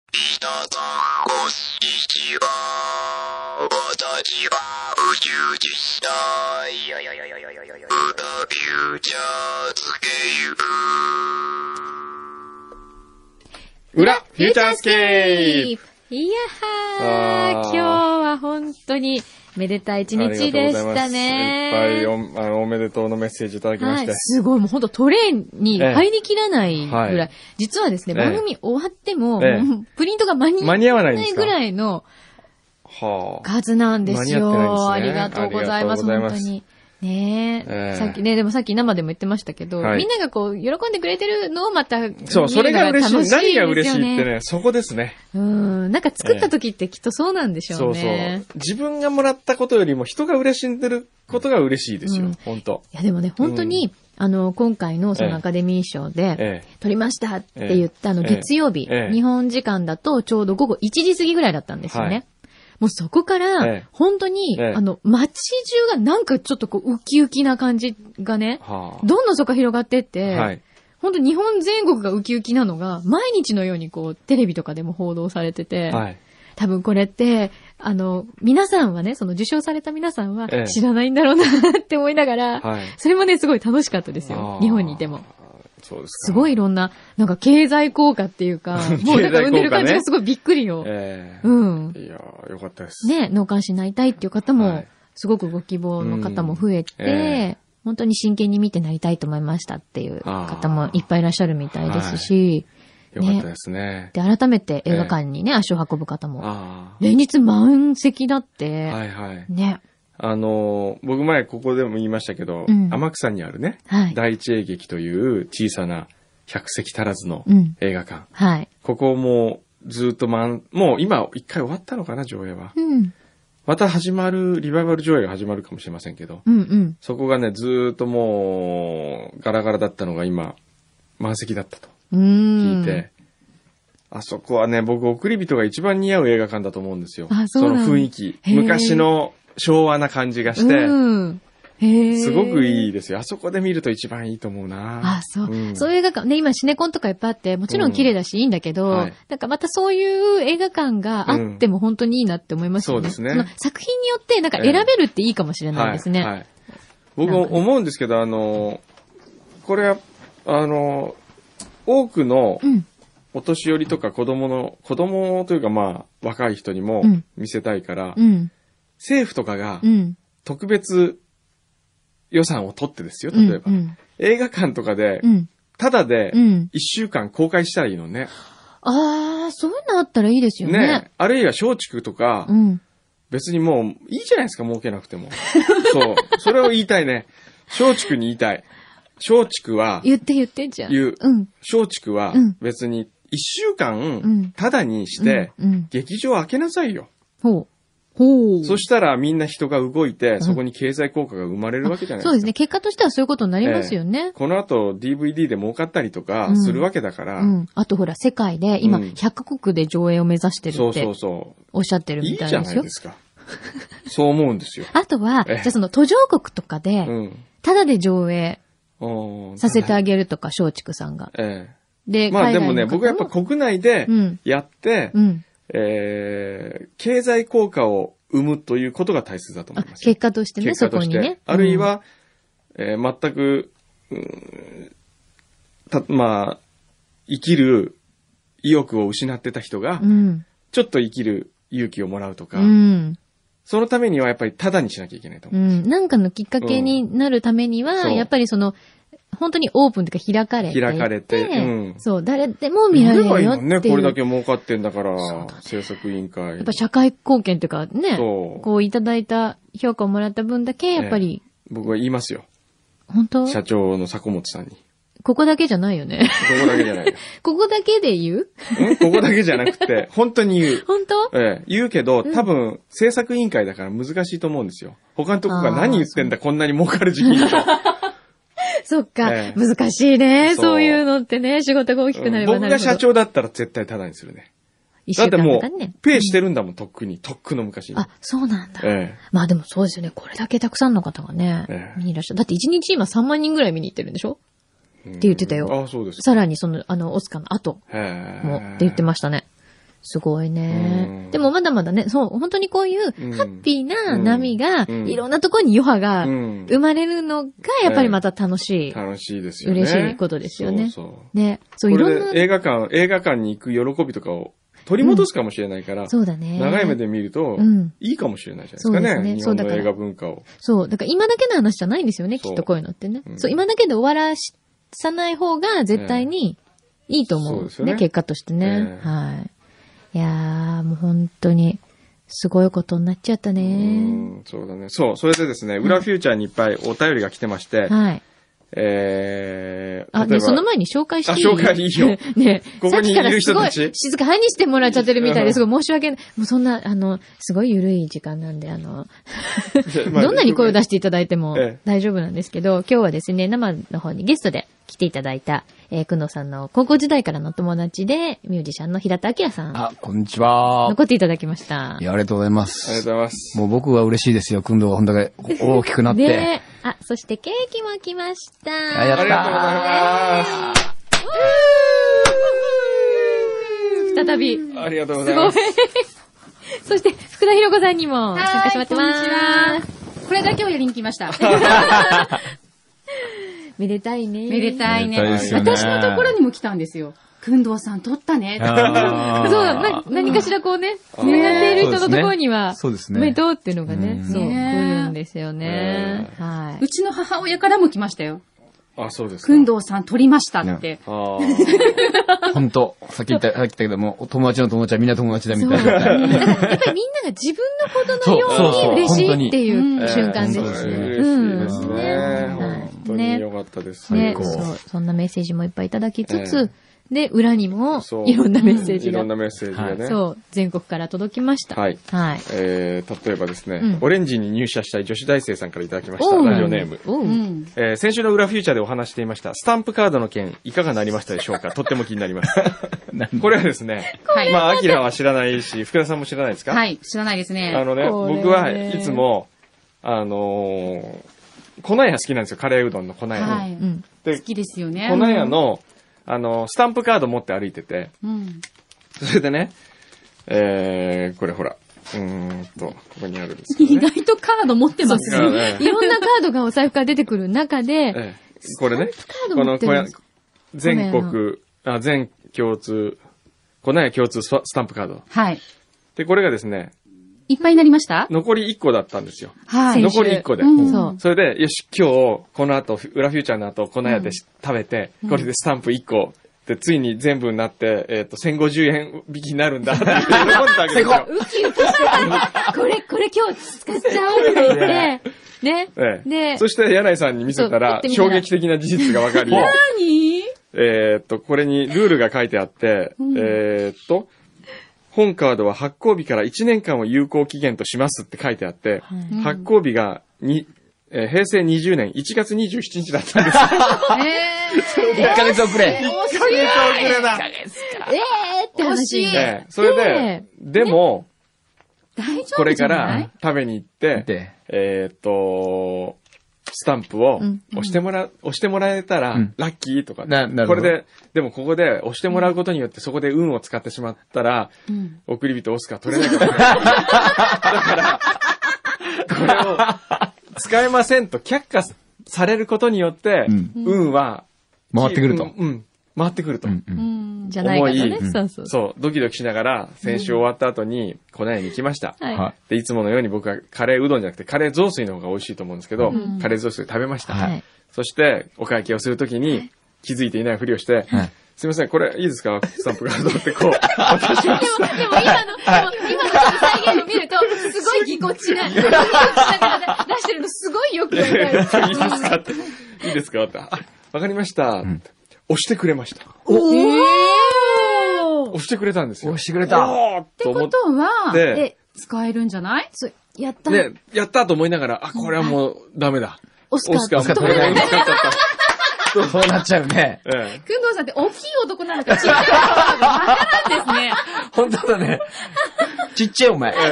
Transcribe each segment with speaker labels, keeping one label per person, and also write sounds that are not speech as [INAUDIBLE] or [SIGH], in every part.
Speaker 1: 皆さん、こんにちは。私は宇宙実際。ブラフューチャースケー
Speaker 2: 裏、フューチャースケープ
Speaker 3: いや
Speaker 2: あ
Speaker 3: はー、
Speaker 2: ー
Speaker 3: 今日は本当にめでたい一日でし
Speaker 2: あ
Speaker 3: た
Speaker 2: り
Speaker 3: ね
Speaker 2: が。とうございますいっぱいおあのおめでとうのメッセージいただきま
Speaker 3: は
Speaker 2: し
Speaker 3: い
Speaker 2: て。、
Speaker 3: すごい、もう本当トレイに入りきらないぐらい。
Speaker 2: ええはい
Speaker 3: 実はですね、
Speaker 2: ええ
Speaker 3: 番組終わっても、
Speaker 2: ええ
Speaker 3: もうプリントが間に
Speaker 2: 間に合わないんですか
Speaker 3: ぐらいの
Speaker 2: はあ。
Speaker 3: 数なんですよ。あ
Speaker 2: 間に
Speaker 3: り
Speaker 2: 合
Speaker 3: が
Speaker 2: ってな
Speaker 3: と
Speaker 2: いんですね
Speaker 3: うございます、
Speaker 2: ありがとうございま
Speaker 3: 本当
Speaker 2: す
Speaker 3: に。ねえ
Speaker 2: ええ
Speaker 3: さっきね、でもさっき生でも言ってましたけど、
Speaker 2: はい
Speaker 3: みんながこう、喜んでくれてるのをまた、
Speaker 2: そう、それが嬉しい。
Speaker 3: 見るの楽
Speaker 2: 何
Speaker 3: んですよ
Speaker 2: が嬉しいってね、そこですね。
Speaker 3: うん、なんか作った時ってきっとそうなんでし
Speaker 2: そ
Speaker 3: ょう
Speaker 2: うそう
Speaker 3: ね。。
Speaker 2: 自分がもらったことよりも人が嬉しんでることが嬉しいです
Speaker 3: う
Speaker 2: よ
Speaker 3: ん。
Speaker 2: 本当
Speaker 3: いやでもね、本当に、あの、今回のそのアカデミー賞で、
Speaker 2: え
Speaker 3: 撮りましたって言ったあの
Speaker 2: ええ
Speaker 3: 月曜日、
Speaker 2: ええ
Speaker 3: 日本時間だとちょうど午後1時過ぎぐらいだったんですよね。
Speaker 2: はい
Speaker 3: もうそこか
Speaker 2: え
Speaker 3: ら
Speaker 2: え、
Speaker 3: 本当に、
Speaker 2: ええ
Speaker 3: あの、街中がなんかちょっとこう、ウキウキな感じがね
Speaker 2: え。、はあ。
Speaker 3: どんどんそこが広がってって、
Speaker 2: はい。
Speaker 3: 本当日本全国がウキウキなのが、毎日のようにこう、テレビとかでも報道されてて、
Speaker 2: はい。
Speaker 3: 多分これって、あの、皆さんはね、その受賞された皆さんは
Speaker 2: ええ
Speaker 3: 知らないんだろうなって思いながら、
Speaker 2: はい。
Speaker 3: それもね、すごい楽しかったです
Speaker 2: あ
Speaker 3: よ。
Speaker 2: ー
Speaker 3: 日本にいても。。
Speaker 2: そうですか。、
Speaker 3: すごいいろんな、なんか経済効果っていうか
Speaker 2: [LAUGHS]
Speaker 3: もうなんか生んで
Speaker 2: 経済効
Speaker 3: る感じ
Speaker 2: 果
Speaker 3: が
Speaker 2: ね
Speaker 3: すごいびっくりよ。
Speaker 2: ええ。
Speaker 3: うん。
Speaker 2: いやーよかったです。
Speaker 3: ね、脳幹視になりたいっていう方も、
Speaker 2: はい
Speaker 3: すごくご希望の方も増えて、
Speaker 2: うんえ
Speaker 3: 本当に真剣に見てなりたいと思いましたっていう方もいっぱいいらっしゃるみたいですし、
Speaker 2: よかったですね。
Speaker 3: で、改めて映画館にね、足を運ぶ方も、
Speaker 2: あ
Speaker 3: 連日満席だっ
Speaker 2: あ。
Speaker 3: て、
Speaker 2: はいはい。
Speaker 3: ね、
Speaker 2: あのー僕前ここでも言いましたけど、
Speaker 3: うん
Speaker 2: 天草にあるね、
Speaker 3: はい。
Speaker 2: 第一映劇という小さな100席足らずの
Speaker 3: うん。
Speaker 2: 映画館。
Speaker 3: はい。
Speaker 2: ここもずっと満、もう今一回終わったのかな、上映は。
Speaker 3: うん。
Speaker 2: また始まる、リバイバル上映が始まるかもしれませんけど、
Speaker 3: うんうん。
Speaker 2: そこがね、ずーっともうガラガラだったのが今、満席だったと
Speaker 3: うーん。
Speaker 2: 聞いて、あそこはね、僕送り人が一番似合う映画館だと思うんですよ。
Speaker 3: あそうなんだ
Speaker 2: の雰囲気。
Speaker 3: へー
Speaker 2: 昔の昭和な感じがして、
Speaker 3: うん。へ
Speaker 2: すごくいい
Speaker 3: い。
Speaker 2: ですよ。あそこで見ると一番いいと思うな。
Speaker 3: あ、そう。
Speaker 2: ん
Speaker 3: そういう映画館、ね、今シネコンとかいっぱいあって、もちろん綺麗だし、いいんだけど、
Speaker 2: うんはい
Speaker 3: なんかまたそういう映画館があっても本当にいいなって思いますよね。
Speaker 2: うんそうですね
Speaker 3: の作品によって、なんか選べるっていいかもしれないですね。
Speaker 2: はいはい僕も思うんですけど、あの、これは、あの、多くの
Speaker 3: うん。
Speaker 2: お年寄りとか子供の、子供というかまあ、若い人にも
Speaker 3: うん
Speaker 2: 見せたいから、
Speaker 3: うん。
Speaker 2: 政府とかが
Speaker 3: うん。
Speaker 2: 特別予算を取ってですよ、
Speaker 3: うん。
Speaker 2: 例えば。
Speaker 3: うん。
Speaker 2: 映画館とかで
Speaker 3: う、ん。
Speaker 2: ただで
Speaker 3: うん。
Speaker 2: 1週間公開したらいいのね。
Speaker 3: ああ、そういうのあったらいいですよね。
Speaker 2: ねあるいは松竹とか、
Speaker 3: うん。
Speaker 2: 別にもういいじゃないですか、儲けなくても。 [LAUGHS] そう。それを言いたいね。松竹に言いたい。松竹は、
Speaker 3: 言って言ってじゃん。
Speaker 2: 言う
Speaker 3: うん。
Speaker 2: 松竹は
Speaker 3: うん
Speaker 2: 別に一週
Speaker 3: う
Speaker 2: 間
Speaker 3: ん、
Speaker 2: タダにして、
Speaker 3: うん。うん。
Speaker 2: 劇場を開けなさいよ。
Speaker 3: ほう。ほう。
Speaker 2: そしたらみんな人が動いて、
Speaker 3: ん
Speaker 2: そこに経済効果が生まれるわけじゃないですか。
Speaker 3: そうですね。結果としてはそういうことになりますよね。
Speaker 2: この後 DVD で儲かったりと
Speaker 3: う
Speaker 2: か
Speaker 3: ん
Speaker 2: するわけだから、
Speaker 3: うん。あとほら、世界で今
Speaker 2: うん
Speaker 3: 100国で上映を目指してる
Speaker 2: そう
Speaker 3: っ
Speaker 2: そう
Speaker 3: て
Speaker 2: そ
Speaker 3: おっしゃって
Speaker 2: う。
Speaker 3: る
Speaker 2: いい
Speaker 3: み
Speaker 2: じ
Speaker 3: た
Speaker 2: ゃ
Speaker 3: い
Speaker 2: な
Speaker 3: です
Speaker 2: い
Speaker 3: よ
Speaker 2: で。すか。そう思うんですよ。
Speaker 3: あとは、じ
Speaker 2: ええ
Speaker 3: ゃあその途上国とか
Speaker 2: う
Speaker 3: で、
Speaker 2: ん
Speaker 3: ただで上映
Speaker 2: うん。
Speaker 3: させてあげるとか、松竹さんが。
Speaker 2: ええ
Speaker 3: で、
Speaker 2: まあ
Speaker 3: 海
Speaker 2: で
Speaker 3: 外の
Speaker 2: もね、
Speaker 3: 方
Speaker 2: 僕はやっぱ国内で
Speaker 3: うん。
Speaker 2: やって、
Speaker 3: うん。
Speaker 2: えー経済効果を生むということが大切だと思
Speaker 3: あ
Speaker 2: いますよ。
Speaker 3: 結果としてね、そこにね。
Speaker 2: あるいは、えー全く、うーんた、まあ、生きる意欲を失ってた人が
Speaker 3: う、ん、
Speaker 2: ちょっと生きる勇気をもらうと
Speaker 3: う
Speaker 2: か、
Speaker 3: ん。うん。
Speaker 2: そのためにはやっぱりタダにしなきゃいけないと
Speaker 3: う
Speaker 2: 思う。
Speaker 3: ん。なんかのきっかけになるために
Speaker 2: うん
Speaker 3: は、
Speaker 2: そう
Speaker 3: やっぱりその、本当にオープンというか開かれていて。
Speaker 2: 開かれてうん
Speaker 3: そう、誰でも見られるよ
Speaker 2: や
Speaker 3: っ
Speaker 2: れ
Speaker 3: てい
Speaker 2: ばいい
Speaker 3: う。
Speaker 2: もんね、これだけ儲かってんだから
Speaker 3: そうだ、
Speaker 2: 制作委員会。
Speaker 3: やっぱ社会貢献というかね、
Speaker 2: そう
Speaker 3: こういただいた評価をもらった分だけ、やっぱり、
Speaker 2: 僕は言いますよ。
Speaker 3: 本当
Speaker 2: 社長の坂本さんに。こ
Speaker 3: ここだけじゃないよね。 [LAUGHS]
Speaker 2: こだけじゃないよ。
Speaker 3: ここだけで言うん
Speaker 2: ここだけじゃなくて、本当に言う。
Speaker 3: 本当
Speaker 2: ええ、言うけど、
Speaker 3: うん
Speaker 2: 多分、制作委員会だから難しいと思うんですよ。他のとこが何言ってんだ、こんなに儲かる
Speaker 3: [LAUGHS]
Speaker 2: 時期にと。
Speaker 3: そっか、
Speaker 2: ええ
Speaker 3: 難しいね。
Speaker 2: そう
Speaker 3: そういうのってね、仕事が大きくなれば
Speaker 2: 僕
Speaker 3: なるほど。
Speaker 2: が社長だったら絶対タダにするね。
Speaker 3: 一
Speaker 2: だっ
Speaker 3: 週
Speaker 2: て
Speaker 3: 間
Speaker 2: も
Speaker 3: とかね
Speaker 2: う、ペイしてるんだもん、とっくに。とっくの昔に。
Speaker 3: あ、そうなんだ。
Speaker 2: え
Speaker 3: まあでもそうですよね。これだけたくさんの方がね、
Speaker 2: ええ
Speaker 3: 見にいらっしゃる。だって一日今3万人ぐらい見に行ってるんでしょ
Speaker 2: え。って
Speaker 3: 言ってたよ
Speaker 2: あ、そうです。
Speaker 3: さらにその、あの、オスカーの後
Speaker 2: へえ
Speaker 3: もって言ってましたね。すごいね
Speaker 2: う。ん
Speaker 3: でもまだまだね、そう、本当にこういう
Speaker 2: うん
Speaker 3: ハッピーな波が、
Speaker 2: うん
Speaker 3: いろんなところに余波が
Speaker 2: うん。
Speaker 3: 生まれるのが、やっぱりまた楽しい。
Speaker 2: 楽しいですよね。
Speaker 3: 嬉しいことですよね
Speaker 2: そうそう。
Speaker 3: ね。そう、い
Speaker 2: こ
Speaker 3: ろん
Speaker 2: れで
Speaker 3: な、
Speaker 2: 映画館、映画館に行く喜びとかを取り戻すかもしれないから、
Speaker 3: そうだね。
Speaker 2: 長い目で見ると
Speaker 3: う、ん。
Speaker 2: いいかもしれないじゃないですかね。日
Speaker 3: そう
Speaker 2: 本
Speaker 3: ですねそうだ
Speaker 2: の
Speaker 3: から
Speaker 2: 映画文化を。
Speaker 3: そう。だから今だけの話じゃないんですよね、き
Speaker 2: そう
Speaker 3: っとこういうのってね
Speaker 2: う。ん
Speaker 3: そう、今だけで終わらさない方が絶対にいいと思
Speaker 2: そう
Speaker 3: う。
Speaker 2: ですよね
Speaker 3: ね、結果としてね。
Speaker 2: ええ
Speaker 3: はい。いやー、もう本当に、すごいことになっちゃった
Speaker 2: う
Speaker 3: ね。
Speaker 2: ん、そうだね。そう、それでですね、裏フューチャーにいっぱいお便りが来てまして、
Speaker 3: はい。
Speaker 2: えー、例
Speaker 3: あ、
Speaker 2: え
Speaker 3: ね、
Speaker 2: ば
Speaker 3: その前に紹介していい
Speaker 2: あ紹介いいよ
Speaker 3: [LAUGHS] ね
Speaker 2: ここにいる人たち
Speaker 3: さっきからすごい静かにしてもらっちゃってるみたいですごい申し訳ない。もうそんな、あの、すごい緩い時間なんで、あの、
Speaker 2: [LAUGHS] まあ
Speaker 3: どんなに声を出していただいても
Speaker 2: ええ
Speaker 3: 大丈夫なんですけど、今日はですね、生の方にゲストで来ていただいた、えー、くのさんの高校時代からのお友達で、ミュージシャンの平田明さん、
Speaker 4: あ、こんにちは。
Speaker 3: 残っていただきました
Speaker 4: い。や、ありがとうございま
Speaker 2: ありが
Speaker 4: す。
Speaker 2: とうございます。
Speaker 4: もう僕は嬉しいですよ。くんどはほんだ [LAUGHS] け大きくなって。
Speaker 3: で、あ、そしてケーキも来ました。
Speaker 4: あやっ
Speaker 2: ありがとうございま
Speaker 3: 再び。
Speaker 2: す。ありがとうござ
Speaker 3: す
Speaker 2: い
Speaker 3: ご
Speaker 2: ま
Speaker 3: い
Speaker 2: す。。
Speaker 3: そして、福田博子さんにも参加してもらってます。
Speaker 5: す。これだけをやりに来ました。
Speaker 3: めでたいね。
Speaker 5: めでたい
Speaker 4: めでたい
Speaker 5: ね。
Speaker 4: ですよね
Speaker 5: 私のところにも来たんですよ。くんどうさん撮ったね。
Speaker 4: あー
Speaker 3: そう、な、何かしらこうね、
Speaker 2: あ
Speaker 3: つ
Speaker 2: ー
Speaker 3: ながっている人のところには、
Speaker 4: そうですね
Speaker 3: おめでとうっていうのがね、
Speaker 4: うん
Speaker 3: そう、来
Speaker 5: ね
Speaker 3: るんですよね。は
Speaker 5: う
Speaker 3: い。
Speaker 5: ちの母親からも来ましたよ。
Speaker 2: あ、そうですか。
Speaker 5: くんどうさん撮りましたって。
Speaker 2: あー
Speaker 4: ほんと、さっき言った、さっき言ったけども、お友達の友達はみんな友達だみた
Speaker 3: だ
Speaker 4: い
Speaker 3: から
Speaker 4: な。
Speaker 3: [LAUGHS] やっぱりみんなが自分のことのよ
Speaker 4: そうそう
Speaker 3: う
Speaker 4: そう
Speaker 3: に嬉しいっていう
Speaker 5: 本当に
Speaker 3: 瞬間
Speaker 4: え
Speaker 3: で
Speaker 4: ー本当
Speaker 3: す
Speaker 4: に
Speaker 3: ね。
Speaker 2: 嬉しいです
Speaker 4: うん
Speaker 2: ね。
Speaker 3: はい
Speaker 2: 本当に良かったです。
Speaker 3: ね
Speaker 4: 最、高
Speaker 3: そう、そんなメッセージもいっぱいいただきつつ、で、裏にも
Speaker 2: そう
Speaker 3: いろんなメッセージ
Speaker 2: いろ
Speaker 3: が
Speaker 2: ん、なメッセージがね。
Speaker 3: そう、全国から届きました。
Speaker 2: はい。
Speaker 3: はい。
Speaker 2: えー、例えばですね、
Speaker 3: うん
Speaker 2: オレンジに入社したい女子大生さんからいただきまし
Speaker 3: お
Speaker 2: た。
Speaker 3: う
Speaker 2: ラジオネーム。
Speaker 3: おう
Speaker 5: うん。
Speaker 2: えー先週の裏フューチャーでお話していました、スタンプカードの件、いかがなりましたでしょうかとっても気に [LAUGHS] なります。これはですね、
Speaker 5: はい
Speaker 2: まあ、アキラは知らないし、福田さんも知らないですか
Speaker 5: はい、知らないです
Speaker 2: あ
Speaker 5: ね。
Speaker 2: のね、
Speaker 3: これね
Speaker 2: 僕はいつも、あのー粉屋好きなんですよ、カレーうどんの粉屋。
Speaker 5: は
Speaker 3: う
Speaker 5: い。
Speaker 3: ん。
Speaker 2: で、
Speaker 5: 好きですよね。
Speaker 2: 粉屋の、あのースタンプカード持って歩いてて、
Speaker 5: うん。
Speaker 2: それでね、えー、これほら、うーんと、ここにあるんですけど
Speaker 5: [LAUGHS] 意
Speaker 2: ね。
Speaker 5: 外とカード持ってます
Speaker 2: だから
Speaker 5: ね。
Speaker 2: ね
Speaker 3: いろんなカードがお財布から出てくる中で、
Speaker 2: [LAUGHS] ええこれね、
Speaker 3: カー
Speaker 2: こ
Speaker 3: ド持
Speaker 2: の
Speaker 3: って
Speaker 2: 小
Speaker 3: るん
Speaker 2: 屋
Speaker 3: です、
Speaker 2: 全国、あ、全共通、粉屋共通スパスタンプカード。
Speaker 5: はい。
Speaker 2: で、これがですね、
Speaker 5: いっぱいになりました
Speaker 2: 残り1個だったんですよ。
Speaker 5: は
Speaker 3: 先
Speaker 5: い
Speaker 3: 週。
Speaker 2: 残り1個で。
Speaker 5: うん
Speaker 3: そう。
Speaker 2: それで、よし、今日、この後、裏フューチャーの後、粉屋でし食べて、これでスタンプ1個。で、ついに全部になって、えっ、と、1050円引きになるんだって喜んだ
Speaker 3: [LAUGHS]
Speaker 2: けど。
Speaker 3: ウキウキしてたね。これ、これ今日使っちゃおうって
Speaker 2: [LAUGHS]
Speaker 3: 言って、ね。
Speaker 2: ええ、
Speaker 3: で
Speaker 2: そして、柳井さんに見せた
Speaker 3: そうや
Speaker 2: ら
Speaker 3: っ、てみた
Speaker 2: 衝
Speaker 3: ら
Speaker 2: 撃的な事実が分かり、
Speaker 5: 何
Speaker 2: えーっと、これにルールが書いてあって、えーっと、本カードは発行日から1年間を有効期限としますって書いてあって、
Speaker 5: い
Speaker 2: 発行日がに、えー平成20年1月27日だったん
Speaker 5: [LAUGHS]
Speaker 2: です。
Speaker 5: え
Speaker 4: 1ヶ月遅れ。
Speaker 2: 1ヶ月遅れだ、
Speaker 3: えーって話
Speaker 5: 惜しい
Speaker 2: えーそれで、でも、
Speaker 5: ー大丈夫じゃない
Speaker 2: これから食べに行って、
Speaker 4: で、
Speaker 2: えーっと、スタンプを
Speaker 3: うん
Speaker 2: 押してもら、押してもらえたら
Speaker 4: うん、
Speaker 2: ラッキーとか、
Speaker 4: ななる
Speaker 2: こ
Speaker 4: ほ
Speaker 2: れ
Speaker 4: ど
Speaker 2: で、でもここで押してもらうことによってそこで運を使ってしまったら、
Speaker 5: うん
Speaker 2: 送り人オスカー取れないから。だから、これを使えませんと却下されることによって、
Speaker 4: うん
Speaker 2: 運は、
Speaker 4: 回ってくると。
Speaker 2: うん。うん回ってくると。
Speaker 4: うんう
Speaker 5: うんん
Speaker 3: じゃないかとね
Speaker 2: 重。
Speaker 3: そうそう。
Speaker 2: そう、ドキドキしながら、先週終わった後に、粉屋に行きました。
Speaker 3: はい。
Speaker 4: は
Speaker 2: で、いつものように僕はカレーうどんじゃなくて、カレー雑炊の方が美味しいと思うんですけど、
Speaker 5: うん
Speaker 2: カレー雑炊食べました。
Speaker 3: はい
Speaker 2: そして、お会計をするときに、気づいていないふりをして、
Speaker 4: い。はい。
Speaker 2: すいません、これいいですかスタンプカードってこう、 [LAUGHS] 渡しまし
Speaker 3: でも
Speaker 2: [LAUGHS]
Speaker 3: 今の、でも今のちょっと再現を見ると、すごいぎこちない。ぎこちながら出してるのすごいよく
Speaker 2: [LAUGHS]
Speaker 3: わか
Speaker 2: て、いいで
Speaker 3: る
Speaker 2: す。かって、いいですかって、あ、わかりました、
Speaker 4: ん
Speaker 2: 押してくれました。
Speaker 5: おーっ
Speaker 2: 押してくれたんですよ。
Speaker 4: 押してくれた
Speaker 2: おーってと思
Speaker 5: こ
Speaker 2: って
Speaker 5: とは、
Speaker 2: で、
Speaker 5: 使えるんじゃない
Speaker 3: そう、やった。
Speaker 2: で、やったと思いながら、あ、これはもうダメだ。
Speaker 3: オスカー
Speaker 2: オスカー取れない。使っちゃった。
Speaker 4: そうなっちゃうね。
Speaker 2: ええ
Speaker 5: くんどうさんって大きい男なのか小さい男なのかわからんですね。
Speaker 4: ほんとだね。ちっちゃいお前。
Speaker 5: バナ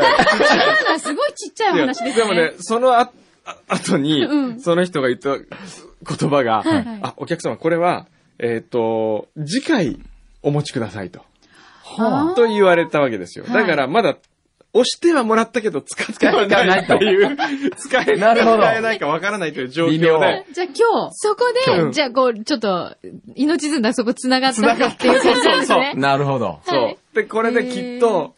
Speaker 5: ナすごいちっちゃいお
Speaker 2: いや
Speaker 5: 話です
Speaker 2: で
Speaker 5: ね。
Speaker 2: もね、そのあ、あ後に、
Speaker 5: うん
Speaker 2: その人が言った言葉が、
Speaker 5: はいはい
Speaker 2: あ、お客様、これは、えっ、と、次回お持ちくださいと。
Speaker 4: は
Speaker 2: と言われたわけですよ。
Speaker 3: はい
Speaker 2: だからまだ、押してはもらったけど使ってはないっていう、使え
Speaker 4: なるほど
Speaker 2: 使えないかわからないという状
Speaker 4: 微
Speaker 2: 況
Speaker 4: 妙
Speaker 2: で、
Speaker 5: じゃあ今日、
Speaker 3: そこ
Speaker 2: う
Speaker 3: で、
Speaker 2: ん
Speaker 3: じゃあこう、ちょっと、命綱そこ繋がったんだっていう感じなんですね。
Speaker 4: なるほど。
Speaker 3: は
Speaker 2: そ。
Speaker 3: いう
Speaker 2: で、これできっと、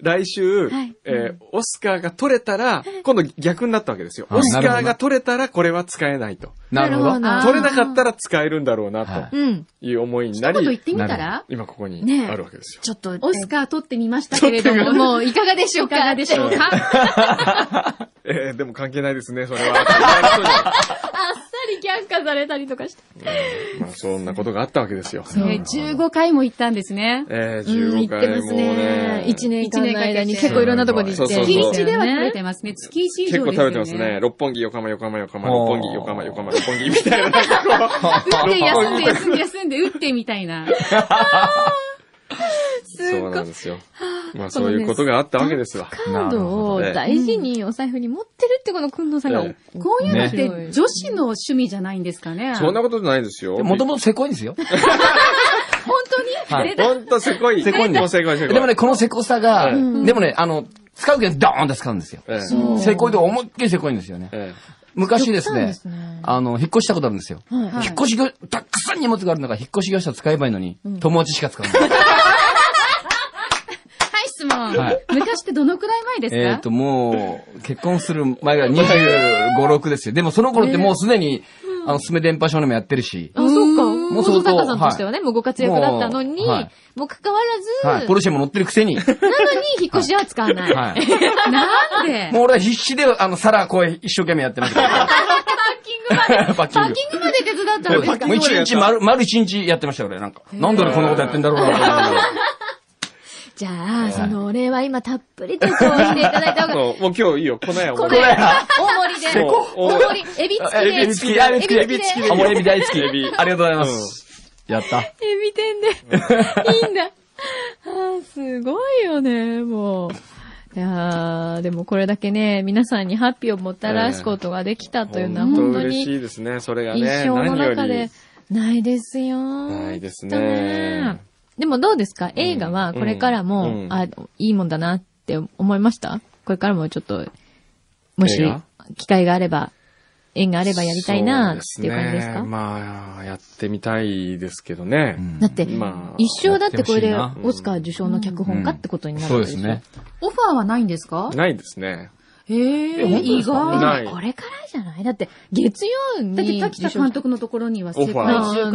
Speaker 2: 来週、
Speaker 3: はい
Speaker 2: えーオスカーが取れたら、今度逆になったわけですよ。
Speaker 4: はい
Speaker 2: オスカ
Speaker 4: なるほ
Speaker 2: ー
Speaker 4: ど
Speaker 2: が取れたら、これは使えないと。
Speaker 4: なるほど。
Speaker 5: あー
Speaker 2: 取れなかったら使えるんだろうな、
Speaker 4: は
Speaker 2: と
Speaker 5: うん。
Speaker 2: いう思いに
Speaker 5: 一
Speaker 2: な
Speaker 5: 言言っ
Speaker 2: り、
Speaker 5: てみた
Speaker 4: な
Speaker 5: ら
Speaker 2: 今ここに
Speaker 5: ねえ
Speaker 2: あるわけですよ。
Speaker 5: ちょっと、オスカー取ってみましたけれども、もういかがでしょうかいかがでしょうか
Speaker 2: えーでも関係ないですね、それは。
Speaker 5: 却下されたりとかして。
Speaker 2: まあ、そんなことがあったわけですよ。
Speaker 5: えー15回も行ったんですね。
Speaker 2: えー、
Speaker 3: うん、
Speaker 2: 15
Speaker 3: 行ってま
Speaker 2: 回
Speaker 3: す
Speaker 2: も
Speaker 3: ね
Speaker 2: ね。。
Speaker 3: 1年間の間に結構いろんなとこに行って。
Speaker 2: そうそう
Speaker 5: 月
Speaker 2: そう
Speaker 5: 一では食べてますね。月一以
Speaker 2: 結
Speaker 5: 上
Speaker 2: 構
Speaker 5: です
Speaker 2: 食
Speaker 5: よね。
Speaker 2: べてますね。。六本木、横浜、横浜、横浜、
Speaker 4: お
Speaker 2: 六本
Speaker 4: ー
Speaker 2: 木、横浜、横浜、六本木みたいな。なんかこ
Speaker 5: 打って休んで休んで休んで打ってみたいな。
Speaker 2: うそうなんですよ。まあ、そういうことがあったわけですわ。
Speaker 3: カードを大事にお財布に持ってるってこのくんのさんが、
Speaker 2: え
Speaker 5: [LAUGHS] こういうの
Speaker 3: ね
Speaker 5: って女子の趣味じゃないんですかね。
Speaker 2: そんな
Speaker 5: 本
Speaker 2: ことないですよ。
Speaker 4: もともとせこいんですよ。
Speaker 5: 当に、
Speaker 4: はい
Speaker 5: 出た
Speaker 2: ほんとせこい。
Speaker 4: せこいんだ
Speaker 2: もうせこいせこい。
Speaker 4: でもね、このせこさが、
Speaker 2: うん
Speaker 4: でもね、あの、使うけどドーンと使うんですよ。
Speaker 2: ええ、
Speaker 3: うん
Speaker 4: せこいと思いっきりせこいんですよね。
Speaker 2: え
Speaker 4: 昔です
Speaker 3: そ
Speaker 4: ね、
Speaker 3: うなんですね
Speaker 4: あの、引っ越したことあるんですよ。
Speaker 3: はい
Speaker 5: はい
Speaker 4: 引っ越し業、たくさん荷物がある中、引っ越し業者使えばいいのに、友達しか使わない。
Speaker 5: はい、質問、
Speaker 4: はい
Speaker 5: 昔ってどのくらい前ですか、
Speaker 4: えっと、もう、結婚する前が25、6ですよ。でもその頃ってもうすでに、あの、すすめ電波少年もやってるし、
Speaker 3: あ、そうか。も
Speaker 4: も
Speaker 3: う
Speaker 4: う相当
Speaker 3: 坂さんとしてはね、もうご活躍だったのに、
Speaker 4: もうはい
Speaker 3: もう関わら
Speaker 4: は
Speaker 3: ず、
Speaker 4: い、ポルシェも乗ってるくせに、は
Speaker 3: なのに引っ越しは使わない。
Speaker 4: い。
Speaker 5: なんで
Speaker 4: もう俺は必死で、あの、皿、こう、一生懸命やってましたから。パッキン
Speaker 3: パ
Speaker 4: グま
Speaker 3: ッ
Speaker 4: で。
Speaker 3: キングまで手伝ったんですか
Speaker 4: もう一日、丸、丸一日やってましたよ、俺。なんか。なんで俺こんなことやってんだろうな。
Speaker 3: じゃあ、そのお礼は今たっぷりとこうしていただいた
Speaker 2: え
Speaker 3: 方が、
Speaker 2: そう、もう今日いいよ。粉や、もう
Speaker 5: これ、大盛りで。
Speaker 2: せこ
Speaker 5: 大盛り、エビ付きで。
Speaker 4: エビ付き、あエビ付き、エビ付き。あ、もうエビ大好き。エビ。ありがとうございます。やった。
Speaker 3: エビ天で、いいんだ。あーすごいよね、もう。いやーでもこれだけね、皆さんにハッピーをもたらすことができたというのは、
Speaker 2: ほんと
Speaker 3: 本当
Speaker 2: 嬉し
Speaker 3: に
Speaker 2: いですね、それが
Speaker 3: 一
Speaker 2: ね。
Speaker 3: 生の
Speaker 2: 何よ
Speaker 3: 中で
Speaker 2: り。
Speaker 3: ないですよ。
Speaker 2: ないですね
Speaker 3: きっとねでもどうですか映画はこれからも、
Speaker 2: うんうん
Speaker 3: あ、いいもんだなって思いましたこれからもちょっと、もし
Speaker 2: 映画、
Speaker 3: 機会があれば、縁があればやりたいなっていう感じです
Speaker 2: そ
Speaker 3: か
Speaker 2: ねまあ、やってみたいですけどね。
Speaker 4: うん
Speaker 3: だって、
Speaker 2: まあ
Speaker 3: 一生だってこれで
Speaker 4: やってほしいな
Speaker 3: オスカー受賞の脚本家ってことになる
Speaker 4: そう
Speaker 3: わ
Speaker 4: で
Speaker 3: け
Speaker 4: す
Speaker 3: しょ
Speaker 4: ね。。
Speaker 5: オファーはないんですか
Speaker 2: ないですね。
Speaker 5: へえ、意外。
Speaker 2: ない
Speaker 3: これからじゃないだって、月曜に。
Speaker 5: だって、滝田監督のところには世界中か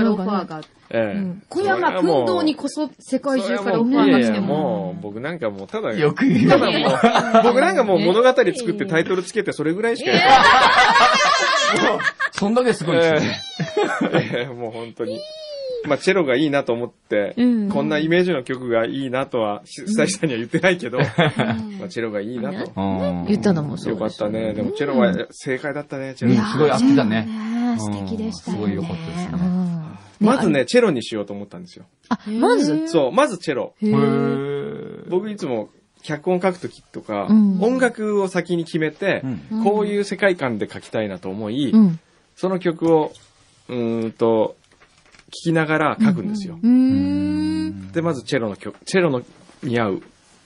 Speaker 5: らオファーが。
Speaker 2: ええ
Speaker 3: うん
Speaker 5: 小山君堂にこそ世界中からオフ
Speaker 2: い
Speaker 5: ァー
Speaker 2: や
Speaker 5: が
Speaker 2: い
Speaker 5: 来て
Speaker 2: や、
Speaker 5: も。
Speaker 2: もう、僕なんかもう、ただ、
Speaker 4: よく言
Speaker 2: た
Speaker 4: う。
Speaker 2: だもう、僕なんかもう物語作ってタイトルつけてそれぐらいしかや
Speaker 4: そんだけすごいですね。
Speaker 2: らない。ええ [LAUGHS] もう本当に。まあ、チェロがいいなと思って、
Speaker 3: うん
Speaker 2: こんなイメージの曲がいいなとは、し久々には言ってないけど、 [LAUGHS] まあ、チェロがいいなと。
Speaker 4: [LAUGHS] うん
Speaker 3: 言ったのもそう
Speaker 2: よか
Speaker 3: で
Speaker 2: っ
Speaker 3: すよ
Speaker 2: たね。でも、チェロは正解だったね、チェ
Speaker 4: うん
Speaker 2: ロ。
Speaker 4: すごい合ってたね。
Speaker 3: ね素敵でしたよね。
Speaker 4: うんすごい良かったですね
Speaker 3: うん
Speaker 2: まずね、チェロにしようと思ったんですよ。
Speaker 3: あ、まず
Speaker 2: そう、まずチェロ。
Speaker 3: へ
Speaker 4: へ
Speaker 3: ー
Speaker 4: ー
Speaker 2: 僕いつも脚本書くときとか、
Speaker 3: うん
Speaker 2: 音楽を先に決めて、
Speaker 4: う。
Speaker 2: こういう世界観で書きたいなと思い、
Speaker 3: うん。
Speaker 2: その曲を、うーんと、聴きながら書くんですよ。
Speaker 3: うーん。
Speaker 2: で、まずチェロの曲、チェロの似合う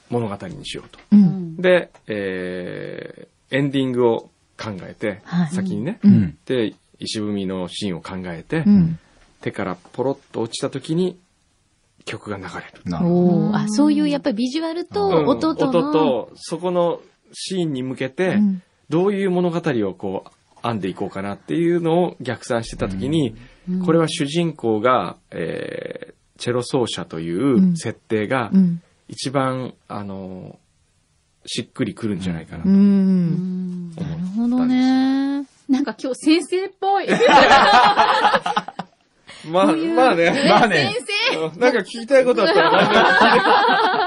Speaker 2: 物語にしようと。
Speaker 3: うん。
Speaker 2: で、えー、エンディングを考えて、
Speaker 3: はい
Speaker 2: 先にね。
Speaker 3: うん
Speaker 2: で、石踏みのシーンを考えて、
Speaker 3: うん。
Speaker 2: 手からポロッと落ちた時に曲が流れる。
Speaker 4: なるほど
Speaker 3: おーあ、そういうやっぱりビジュアルと
Speaker 4: うん
Speaker 3: 音との。
Speaker 2: 音と、そこのシーンに向けて、
Speaker 3: うん
Speaker 2: どういう物語をこう、編んでいこうかなっていうのを逆算してた時に、これは主人公が、えー、チェロ奏者という設定が
Speaker 3: う、ん。
Speaker 2: 一番、あのー、しっくりくるんじゃないかな
Speaker 3: う
Speaker 2: と
Speaker 3: ん。
Speaker 2: 思
Speaker 3: なる
Speaker 2: っ
Speaker 3: ほどね。
Speaker 5: なんか今日先生っぽい。
Speaker 2: まあ、まあ
Speaker 3: [LAUGHS]
Speaker 2: ね。
Speaker 4: まあね、
Speaker 2: うんなんか聞きたいことあったら何でも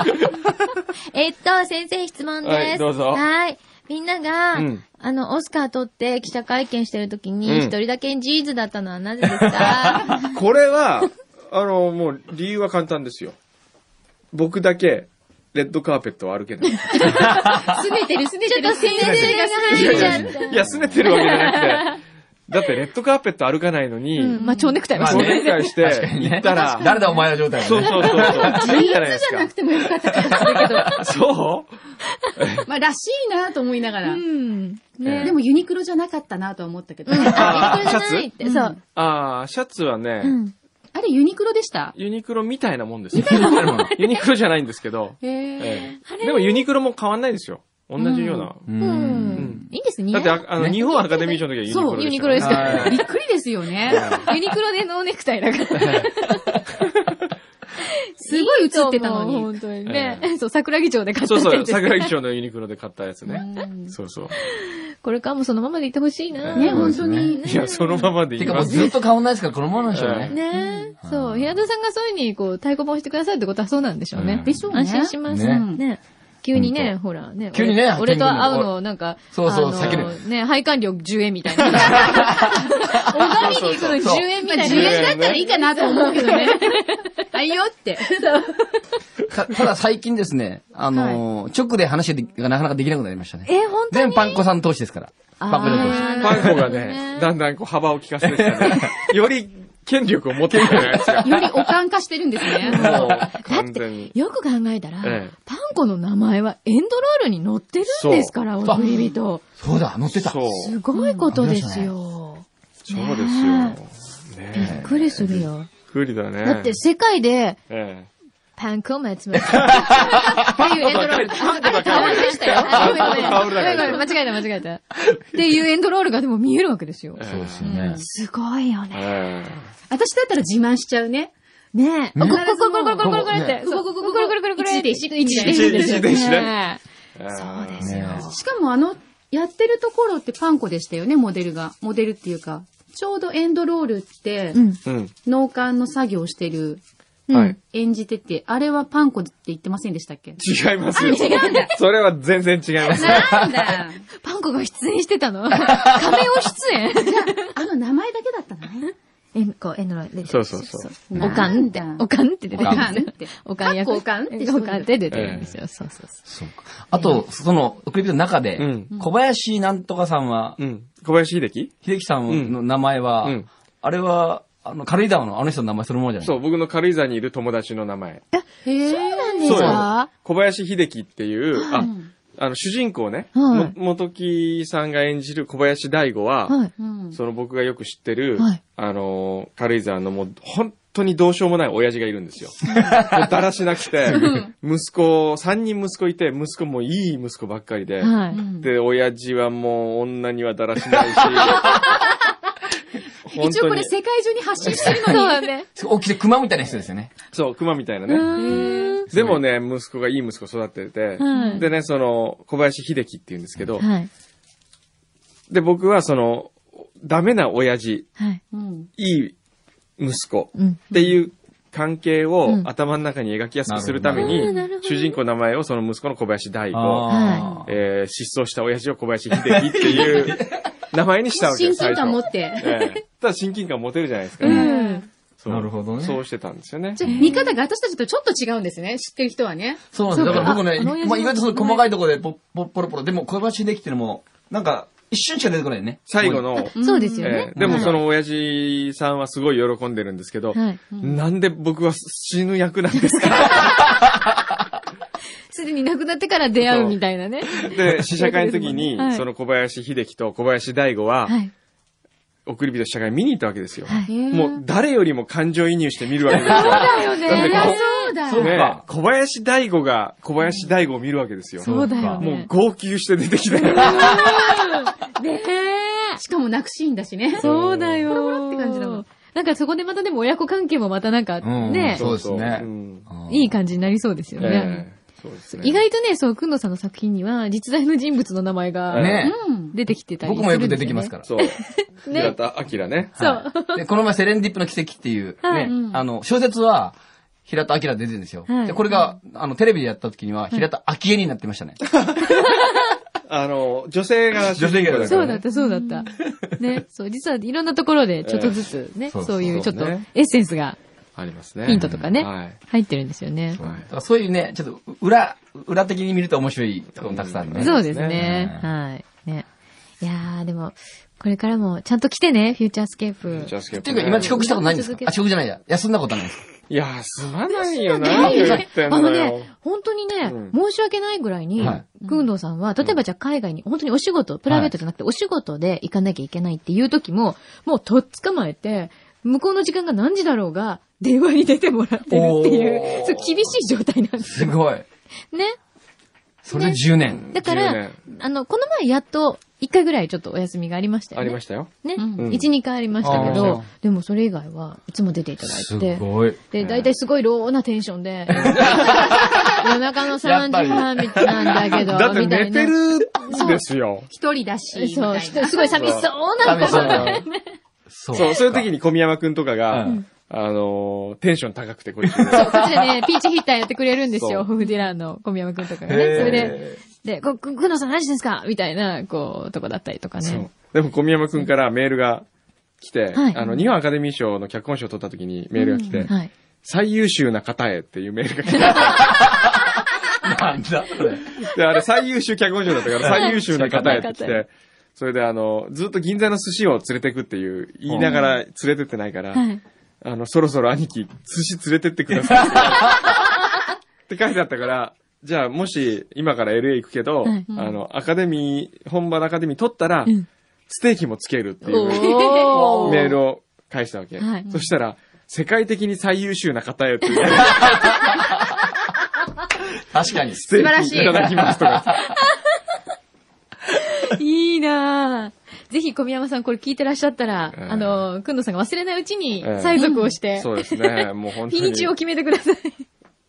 Speaker 3: えっと、先生質問です。
Speaker 2: はいどうぞ
Speaker 3: はい。みんなが、
Speaker 2: うん
Speaker 3: あの、オスカー取って記者会見してるときに、
Speaker 2: うん
Speaker 3: 一人だけジーズだったのはなぜですか
Speaker 2: [LAUGHS] これは、あの、もう理由は簡単ですよ。僕だけ、レッドカーペットを歩けない。い
Speaker 5: すねてるすねて
Speaker 3: ちょっ
Speaker 5: る。
Speaker 3: と先生が
Speaker 5: が
Speaker 3: 入っちゃっ
Speaker 2: や、拗ねてるわけじゃなくて、だってレッドカーペット歩かないのに、
Speaker 3: うん、まあ、蝶ネクタイは
Speaker 2: まあ
Speaker 3: し
Speaker 2: 蝶
Speaker 3: て
Speaker 2: ネクタイして、
Speaker 4: 確かにね
Speaker 2: 行ったら、
Speaker 4: 誰だお前の状態
Speaker 2: そうそうそうそう。いいじゃないです
Speaker 5: じゃな
Speaker 2: か
Speaker 5: く。てもよかった気がするけど。
Speaker 2: そう
Speaker 5: まあ、らしいなと思いながら。
Speaker 3: うん。
Speaker 2: ええ
Speaker 5: でもユニクロじゃなかったなとは思ったけど。
Speaker 2: あ
Speaker 5: あ
Speaker 2: ー
Speaker 5: ユニクロじゃないって。
Speaker 3: シャツ
Speaker 5: そう。
Speaker 2: ああ、シャツはね、
Speaker 3: うん。
Speaker 5: あれユニクロでした
Speaker 2: ユニクロみたいなもんですよ。ユニクロじゃないんですけど。
Speaker 5: へえ。
Speaker 2: ええでもユニクロも変わんないですよ。同じような。
Speaker 4: う。
Speaker 3: うんん。いいんですね。
Speaker 2: だって、ああの、
Speaker 4: ね
Speaker 2: 日本アカデミー賞の時は
Speaker 3: そう
Speaker 2: ユ
Speaker 3: ユ
Speaker 2: ニ
Speaker 3: ニ
Speaker 2: ク
Speaker 3: ク
Speaker 2: ロ
Speaker 3: ロ
Speaker 2: で
Speaker 3: で
Speaker 2: し
Speaker 3: したた
Speaker 2: ね。
Speaker 4: はい
Speaker 5: びっくりですよね。
Speaker 3: ユニクロでノーネクタイだ [LAUGHS] から。
Speaker 5: すごい映ってたの
Speaker 3: いいと思う
Speaker 5: に。
Speaker 3: 本当にね。そう、桜木町で買った
Speaker 2: そう
Speaker 3: みた
Speaker 2: そ、
Speaker 3: いう [LAUGHS] です
Speaker 2: 桜木町のユニクロで買ったやつね。
Speaker 5: うん
Speaker 2: そうそう。
Speaker 3: これからもそのままでいてほしいな。
Speaker 2: ね
Speaker 5: ね、
Speaker 2: そう
Speaker 5: 本
Speaker 4: です
Speaker 5: 当
Speaker 4: ね
Speaker 5: に。
Speaker 2: いや、そのままでい
Speaker 4: て
Speaker 2: い
Speaker 4: かもう
Speaker 2: ます
Speaker 4: ずっと変わんないですから、このままなんでしょうね。
Speaker 3: ね
Speaker 4: うん
Speaker 3: そう。平田さんがそういうふうに、こう、太鼓判をしてくださるってことはそうなんでしょう
Speaker 4: うん
Speaker 3: ね。
Speaker 5: でしょうね
Speaker 3: 安心します。
Speaker 4: ね
Speaker 3: ね。急にね、ほら、ね。
Speaker 4: 急にね
Speaker 3: 俺俺と会うの、なんか、
Speaker 4: そうそう
Speaker 3: あの
Speaker 4: 避ける
Speaker 3: ね、配管料10円みたいな。拝みに来る10円み
Speaker 5: ま
Speaker 3: た
Speaker 5: あ、
Speaker 3: い
Speaker 5: 10
Speaker 3: なね。
Speaker 5: 円だったらいいかなと思うけどね。あいよって。
Speaker 4: たただ最近ですね、あのー、直で話がなかなかできなくなりましたね。
Speaker 3: え、本当
Speaker 4: 全部パン粉さん投資ですから。パン粉さん投資。
Speaker 2: パンコがね、だんだんこう幅を利かせてきたね。より権力を持ってるじゃないですか。
Speaker 5: よりおかん化してるんですね。
Speaker 2: もう、
Speaker 3: だ
Speaker 2: 完
Speaker 3: っ
Speaker 2: 全に
Speaker 3: て、。よく考えたら、
Speaker 2: ええ
Speaker 3: パン粉の名前はエンドロールに載ってるんですから、
Speaker 4: そう
Speaker 3: 送り人。
Speaker 4: そうだ、乗ってた。
Speaker 2: そう。そ
Speaker 3: すごいことですよ。
Speaker 2: うですよ。
Speaker 3: び
Speaker 2: ね
Speaker 3: っくりするよ。
Speaker 2: 不利だね。
Speaker 3: だって、世界で、
Speaker 2: ええ。
Speaker 3: パン粉松本。っていうエンドロール。あ、あたまりましたよ。あごめんごめん
Speaker 2: パン粉
Speaker 3: ご
Speaker 2: だから
Speaker 3: めんごめん。間違えた間違えた。っていうエンドロールがでも見えるわけですよ。
Speaker 4: そうですよね。
Speaker 3: すごいよね。
Speaker 2: え
Speaker 5: 私だったら自慢しちゃうね。
Speaker 3: ねえ。これこれこれこれこれこれこれって。
Speaker 5: ここここここ
Speaker 3: これこれこれこれこれ。
Speaker 5: 一時停止
Speaker 3: 一時停止ですよね
Speaker 2: 一時停止え
Speaker 3: そうですよ。
Speaker 5: しかもあの、やってるところってパン粉でしたよね、モデルが。モデルっていうか。ちょうどエンドロールって、
Speaker 3: うん。
Speaker 2: うん。
Speaker 5: 農家の作業してる
Speaker 2: はい。
Speaker 5: 演じてて、あれはパン粉って言ってませんでしたっけ
Speaker 2: 違いますよ。 [LAUGHS] それは全然違います。
Speaker 5: なんだ。
Speaker 3: パン粉が出演してたの仮面を出演
Speaker 5: あの名前だけだったのね。
Speaker 3: えん、こう、えのろで。
Speaker 2: そうそうそう
Speaker 3: おかんって
Speaker 5: なん、だ
Speaker 3: おかんって出てるんですよ。
Speaker 5: お
Speaker 3: お
Speaker 5: か
Speaker 3: か
Speaker 5: ん
Speaker 3: ん
Speaker 5: って
Speaker 3: 役。
Speaker 5: おかんって人
Speaker 3: おかんって出てるんですよ。そうそうそ
Speaker 4: そうか。あと、その、送り人の中で、
Speaker 2: うん
Speaker 4: 小林なんとかさんは、
Speaker 2: うん。小林秀樹
Speaker 4: 秀樹さんの名前は、
Speaker 2: うん
Speaker 4: あれは、あの、軽井沢のあの人の名前そのものじゃない
Speaker 2: そう、僕の軽井沢にいる友達の名前。
Speaker 5: へえ。
Speaker 3: う。
Speaker 2: そう
Speaker 3: か
Speaker 2: よ小林秀樹っていう、あ、あの、主人公ね、
Speaker 3: はい
Speaker 2: も、元木さんが演じる小林大吾は、
Speaker 3: はい。
Speaker 5: うん。
Speaker 2: その僕がよく知ってる、
Speaker 3: はい
Speaker 2: あのー、軽井沢のもう、本当にどうしようもない親父がいるん
Speaker 3: [LAUGHS]
Speaker 2: ですよ。もうだらしなくて、息子、三人息子いて、息子もいい息子ばっかりで、
Speaker 3: はい。
Speaker 2: で、親父はもう女にはだらし
Speaker 3: [LAUGHS]
Speaker 2: ないし、本
Speaker 5: 一応
Speaker 2: 当
Speaker 5: こ
Speaker 2: に
Speaker 5: れ、世界中に発信してる
Speaker 3: そう
Speaker 5: のに。
Speaker 3: だね。
Speaker 4: すごい大きくて熊みたいな人ですよね。
Speaker 2: そう、熊みたいな
Speaker 3: う
Speaker 2: ね。
Speaker 3: ーん。
Speaker 2: でもね、息子がいい息子育てて、
Speaker 3: はい
Speaker 2: でね、その、小林秀樹って言うんですけど、
Speaker 3: はい。
Speaker 2: で、僕はその、ダメな親父、
Speaker 3: はい。
Speaker 2: [LAUGHS]
Speaker 5: うん。
Speaker 2: いい息子
Speaker 3: うん。
Speaker 2: っていう関係
Speaker 3: う
Speaker 2: を
Speaker 3: ん
Speaker 2: 頭の中に描きやすくするため
Speaker 3: なる
Speaker 2: に
Speaker 3: ほどなるほ、ど
Speaker 2: 主人公の名前をその息子の小林大吾、
Speaker 4: あー
Speaker 2: えー失踪した親父を小林秀樹っていう名前にしたわけで
Speaker 5: 親
Speaker 2: す。最
Speaker 5: 近
Speaker 2: 初
Speaker 5: 感持って。
Speaker 2: ええただ親近感持てるじゃないですか。
Speaker 3: うん。
Speaker 2: そう
Speaker 4: なるほどね
Speaker 2: そうしてたんですよね。
Speaker 5: じゃあ見方が私たちとちょっと違うんですね。知ってる人はね。
Speaker 4: そうなんですよ。だから僕ね、
Speaker 3: ああの親父
Speaker 4: まあ、意外とその細かいところでポ、ポ、ポロポロ。でも、小林秀樹っていうのも、なんか、一瞬しか出てこないよね。
Speaker 2: 最後の、
Speaker 3: そうですよ
Speaker 2: え
Speaker 3: ね
Speaker 2: え。でもその親父さんはすごい喜んでるんですけど、
Speaker 3: はい。
Speaker 2: なんで僕は死ぬ役なんですか
Speaker 3: すでに亡くなってから出会うみたいなね。 [LAUGHS]
Speaker 2: で、試写会の時に、
Speaker 3: はい
Speaker 2: その小林秀樹と小林大吾は、
Speaker 3: はい。
Speaker 2: 送り人試写会見に行ったわけですよ。
Speaker 3: はい。
Speaker 2: もう誰よりも感情移入して見るわけです
Speaker 4: [LAUGHS]
Speaker 2: よ。
Speaker 3: だよ
Speaker 5: そりゃ
Speaker 2: だっ
Speaker 3: ね。
Speaker 5: そうだ。
Speaker 4: そう
Speaker 2: ね
Speaker 4: か、
Speaker 2: 小林大吾が小林大吾を見るわけですよ。
Speaker 3: そうだよ
Speaker 2: もう
Speaker 3: ね。
Speaker 2: 号泣して出てきて。
Speaker 3: ねえ。
Speaker 5: しかも泣くシーンだしね。
Speaker 3: そうだよ。
Speaker 5: って感じなの。
Speaker 3: なんかそこでまたでも親子関係もまたなんか
Speaker 4: うん
Speaker 3: ね、
Speaker 4: [LAUGHS] そうですね
Speaker 2: ん
Speaker 3: いい感じになりそうですよね。
Speaker 2: ええそうですね
Speaker 3: 意外とね、そう、くんのさんの作品には、実在の人物の名前が、
Speaker 4: ね、
Speaker 5: うん。
Speaker 3: 出てきてたりす
Speaker 4: 僕
Speaker 3: るん
Speaker 4: も
Speaker 3: ですよ、ね。
Speaker 4: よく出てきますから。
Speaker 2: そう。
Speaker 3: [LAUGHS] ね
Speaker 2: 平田明ね。
Speaker 3: そう。
Speaker 4: はいで、この前、セレンディップの奇跡っていう、
Speaker 3: は
Speaker 4: ね
Speaker 3: い、
Speaker 4: あの、小説は、平田明出てるんですよ。
Speaker 3: はい
Speaker 4: で、これが、あの、テレビでやった時には、平田明恵になってましたね。
Speaker 2: あの、女性が主人公だからね。
Speaker 3: そうだった、そうだ
Speaker 4: [LAUGHS]
Speaker 3: った。ね。そう、実はいろんなところで、ちょっとずつね、
Speaker 4: そう
Speaker 3: そういうち
Speaker 2: そう
Speaker 3: ょっと
Speaker 2: ね
Speaker 3: エッセンスが、
Speaker 2: ありますね。
Speaker 3: ヒントとかね
Speaker 2: はい。
Speaker 3: 入ってるんですよね。
Speaker 4: だからそういうね、ちょっと、裏、裏的に見ると面白いところもたくさんあるね。
Speaker 3: そうです
Speaker 2: ね
Speaker 3: ね。はい。ね。いやー、でも、これからもちゃんと来てね、フューチャースケープ。
Speaker 2: ジャスケー
Speaker 4: っ
Speaker 2: プ
Speaker 4: てい
Speaker 2: ね
Speaker 4: うか、今遅刻したことないんですか
Speaker 3: 続け
Speaker 4: あ、遅刻じゃないや。休んだことないんですか
Speaker 2: いや、すまない
Speaker 3: そ
Speaker 2: よ
Speaker 3: う
Speaker 2: な、
Speaker 3: だ
Speaker 2: 何
Speaker 3: ね
Speaker 2: を言ってん
Speaker 3: あ
Speaker 2: の
Speaker 3: の
Speaker 2: よ
Speaker 3: ね。、本当にね、
Speaker 2: うん
Speaker 3: 申し訳ないぐらいに
Speaker 4: はい、
Speaker 3: くんどうさんは、例えばじゃあ海外に、本当にお仕事、プライベートじゃなくてお仕事で行かなきゃいけないっていう時も、もうとっ捕まえて、向こうの時間が何時だろうが、電話に出てもらってるってい
Speaker 4: おー
Speaker 3: う、そう厳しい状態なんです
Speaker 4: す
Speaker 3: よ。
Speaker 4: ごい。
Speaker 3: ね。
Speaker 4: それ10年。
Speaker 3: だか
Speaker 2: 10
Speaker 3: ら
Speaker 2: 年、
Speaker 3: あの、この前やっと、一回ぐらいちょっとお休みがありましたよ
Speaker 2: あ
Speaker 3: ね。
Speaker 2: りましたよ。
Speaker 3: ね
Speaker 5: う。
Speaker 2: ん
Speaker 3: 一、二回ありましたけ
Speaker 4: あー
Speaker 3: ど、でもそれ以外はいつも出ていただいて。
Speaker 4: すごい。
Speaker 3: で、
Speaker 2: ね
Speaker 3: 大体すごいローなテンションで、夜中の3時半みたいなんだけど、
Speaker 2: だって
Speaker 3: みた
Speaker 2: 寝
Speaker 3: いな
Speaker 2: てるんです [LAUGHS] よ。
Speaker 5: 一人だし、み
Speaker 3: そう、
Speaker 5: たいな。
Speaker 3: すごい寂しそうな
Speaker 4: ダメ
Speaker 3: 子
Speaker 4: そう
Speaker 3: が
Speaker 4: だよ。そ
Speaker 2: そう、そういう時に小宮山くんとかが、
Speaker 4: うん
Speaker 2: あのー、テンション高くて、これ。
Speaker 3: そう、こっちでね、ピーチヒッターやってくれるんですよ。
Speaker 2: そ
Speaker 3: フーディラーの小宮山くんとかが
Speaker 4: へ
Speaker 3: ね。
Speaker 4: ー
Speaker 3: それで、で、こ、く、くのさん何時ですかみたいな、こう、とこだったりとか
Speaker 2: そう
Speaker 3: ね。
Speaker 2: でも小宮山くんからメールが来て、
Speaker 3: はい
Speaker 2: あの、日本アカデミー賞の脚本賞を取った時にメールが来て、
Speaker 3: はい。
Speaker 2: 最優秀な方へっていうメールが来
Speaker 4: なんだそれ。
Speaker 2: て、であれ最優秀脚本賞だったから最優秀な方へって来
Speaker 3: はい
Speaker 2: て、それであの、ずっと銀座の寿司を連れてくっていう、言いながら連れてってないから、
Speaker 3: はい。
Speaker 2: あの、そろそろ兄貴、寿司連れてってください。
Speaker 3: [LAUGHS]
Speaker 2: って書いてあったから、じゃあもし今から LA 行くけど、
Speaker 3: はい
Speaker 2: あの、アカデミー、本場のアカデミー取ったら、
Speaker 3: うん
Speaker 2: ステーキもつけるっていう
Speaker 3: お [LAUGHS] ー
Speaker 2: メールを返したわけ。
Speaker 3: はい
Speaker 2: そしたら、世界的に最優秀な方へって
Speaker 3: [LAUGHS]
Speaker 2: いう、
Speaker 4: 確かに。
Speaker 2: ステ
Speaker 5: 晴ら
Speaker 2: ー
Speaker 5: しい
Speaker 2: キいただきますとか。
Speaker 3: いいなぁ。ぜひ小宮山さんこれ聞いてらっしゃったら、
Speaker 2: ええ
Speaker 3: あの、くんのさんが忘れないうちに
Speaker 2: ええ
Speaker 3: 催促をして、
Speaker 2: そうですね。もう本当
Speaker 3: 日
Speaker 2: に
Speaker 3: に。ちを決めてください。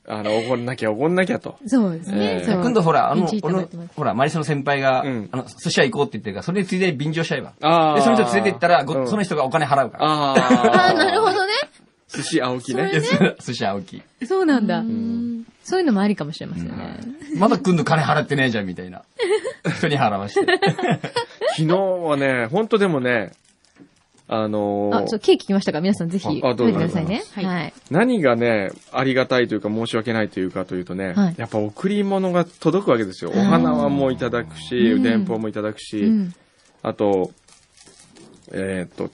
Speaker 2: あの、怒んなきゃ怒んなきゃと。
Speaker 3: そうです
Speaker 2: え
Speaker 3: ね
Speaker 2: え。
Speaker 3: そう
Speaker 4: 今度ほら、あの
Speaker 3: 日い、た
Speaker 4: 俺
Speaker 3: だい
Speaker 4: の
Speaker 3: てます、
Speaker 4: ほら、マリソの先輩が、あ
Speaker 2: うん
Speaker 4: の、寿司屋行こうって言ってるから、それについでに便乗しちゃえば。
Speaker 2: あー
Speaker 4: で、その人連れて行ったら、
Speaker 2: う
Speaker 4: ご
Speaker 2: ん
Speaker 4: その人がお金払うから。
Speaker 2: あ
Speaker 3: あ
Speaker 2: あ
Speaker 3: あ、なるほ。どね。
Speaker 2: 寿司青木ね。
Speaker 4: でそう [LAUGHS] 寿司屋青木。
Speaker 3: そうなんだ。そういうのもありかもしれませんね。
Speaker 4: まだくんの金払ってねえじゃん、みたいな。人に払わして。 [LAUGHS]
Speaker 2: 昨日はね、本当でもね、あのー
Speaker 3: あ、そう、ケーキ来ましたから皆さんぜひ
Speaker 2: ああ
Speaker 3: 食
Speaker 2: どう
Speaker 3: べて
Speaker 2: ぞ
Speaker 3: くださいね。
Speaker 5: どうぞ
Speaker 3: はい。
Speaker 2: 何がね、ありがたいというか申し訳ないというかというとね、
Speaker 3: はい
Speaker 2: やっぱ贈り物が届くわけですよ。お花はもういただくし、
Speaker 3: うん
Speaker 2: 電報もいただくし、
Speaker 3: うん。
Speaker 2: あと、えーっと、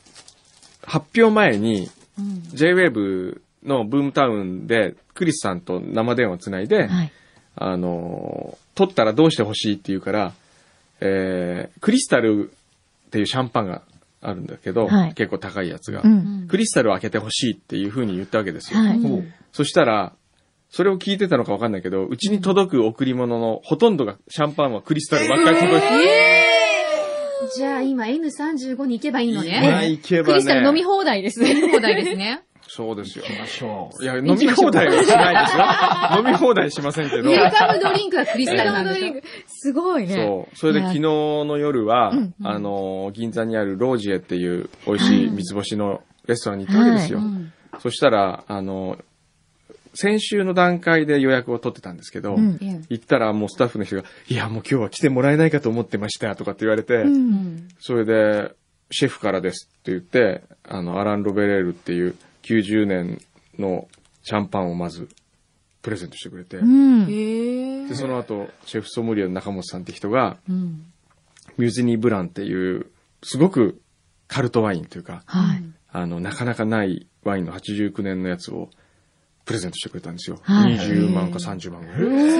Speaker 2: 発表前に JWAVE のブームタウンでクリスさんと生電話をつないで、
Speaker 3: はい。
Speaker 2: あのー、撮ったらどうしてほしいって言うから、えー、クリスタルっていうシャンパンがあるんだけど、
Speaker 3: はい
Speaker 2: 結構高いやつが、
Speaker 3: うん。
Speaker 2: クリスタルを開けてほしいっていう風に言ったわけですよ。
Speaker 3: はい。
Speaker 4: おう
Speaker 2: そしたら、それを聞いてたのかわかんないけど、うちに届く贈り物のほとんどがシャンパンはクリスタルばっかり届いて、
Speaker 5: じゃあ今 N35 に行けばいいの
Speaker 2: 今
Speaker 5: ね。
Speaker 2: 行けば
Speaker 3: ク
Speaker 2: ね。
Speaker 3: リスタル飲み放題ですね。
Speaker 5: 放題ですね。
Speaker 2: そうですよ。
Speaker 4: 行きましょう
Speaker 2: いや、飲み放題はしない
Speaker 3: [LAUGHS]
Speaker 2: ですよ。飲み放題しませんけ
Speaker 5: ウ
Speaker 2: ど。
Speaker 5: ェルカムドリンクはクリスタルなんでしょ。
Speaker 3: [LAUGHS] すごいね。
Speaker 2: そう。それで
Speaker 3: いや
Speaker 2: 昨日の夜は、
Speaker 3: ん
Speaker 2: あの、銀座にあるロージエっていう美味しい三つ星のレストランに行ったわけですよ。
Speaker 3: は
Speaker 5: うん
Speaker 2: そしたら、あの、先週の段階で予約を取ってたんですけど、
Speaker 3: うん
Speaker 5: え
Speaker 2: 行ったらもうスタッフの人が、いや、もう今日は来てもらえないかと思ってましたとかって言われて、
Speaker 3: うん。
Speaker 2: それで、シェフからですって言って、あの、アラン・ロベレールっていう90年のシャンパンをまずプレゼントしてくれて、
Speaker 3: うん。
Speaker 5: え
Speaker 2: で、その後、シェフソムリエの中本さんって人が、
Speaker 5: うん
Speaker 2: ミュージニー・ブランっていう、すごくカルトワインというか、
Speaker 3: はい。
Speaker 2: あの、なかなかないワインの89年のやつをプレゼントしてくれたんですよ。
Speaker 3: はい
Speaker 2: 20万か30万ぐらい。す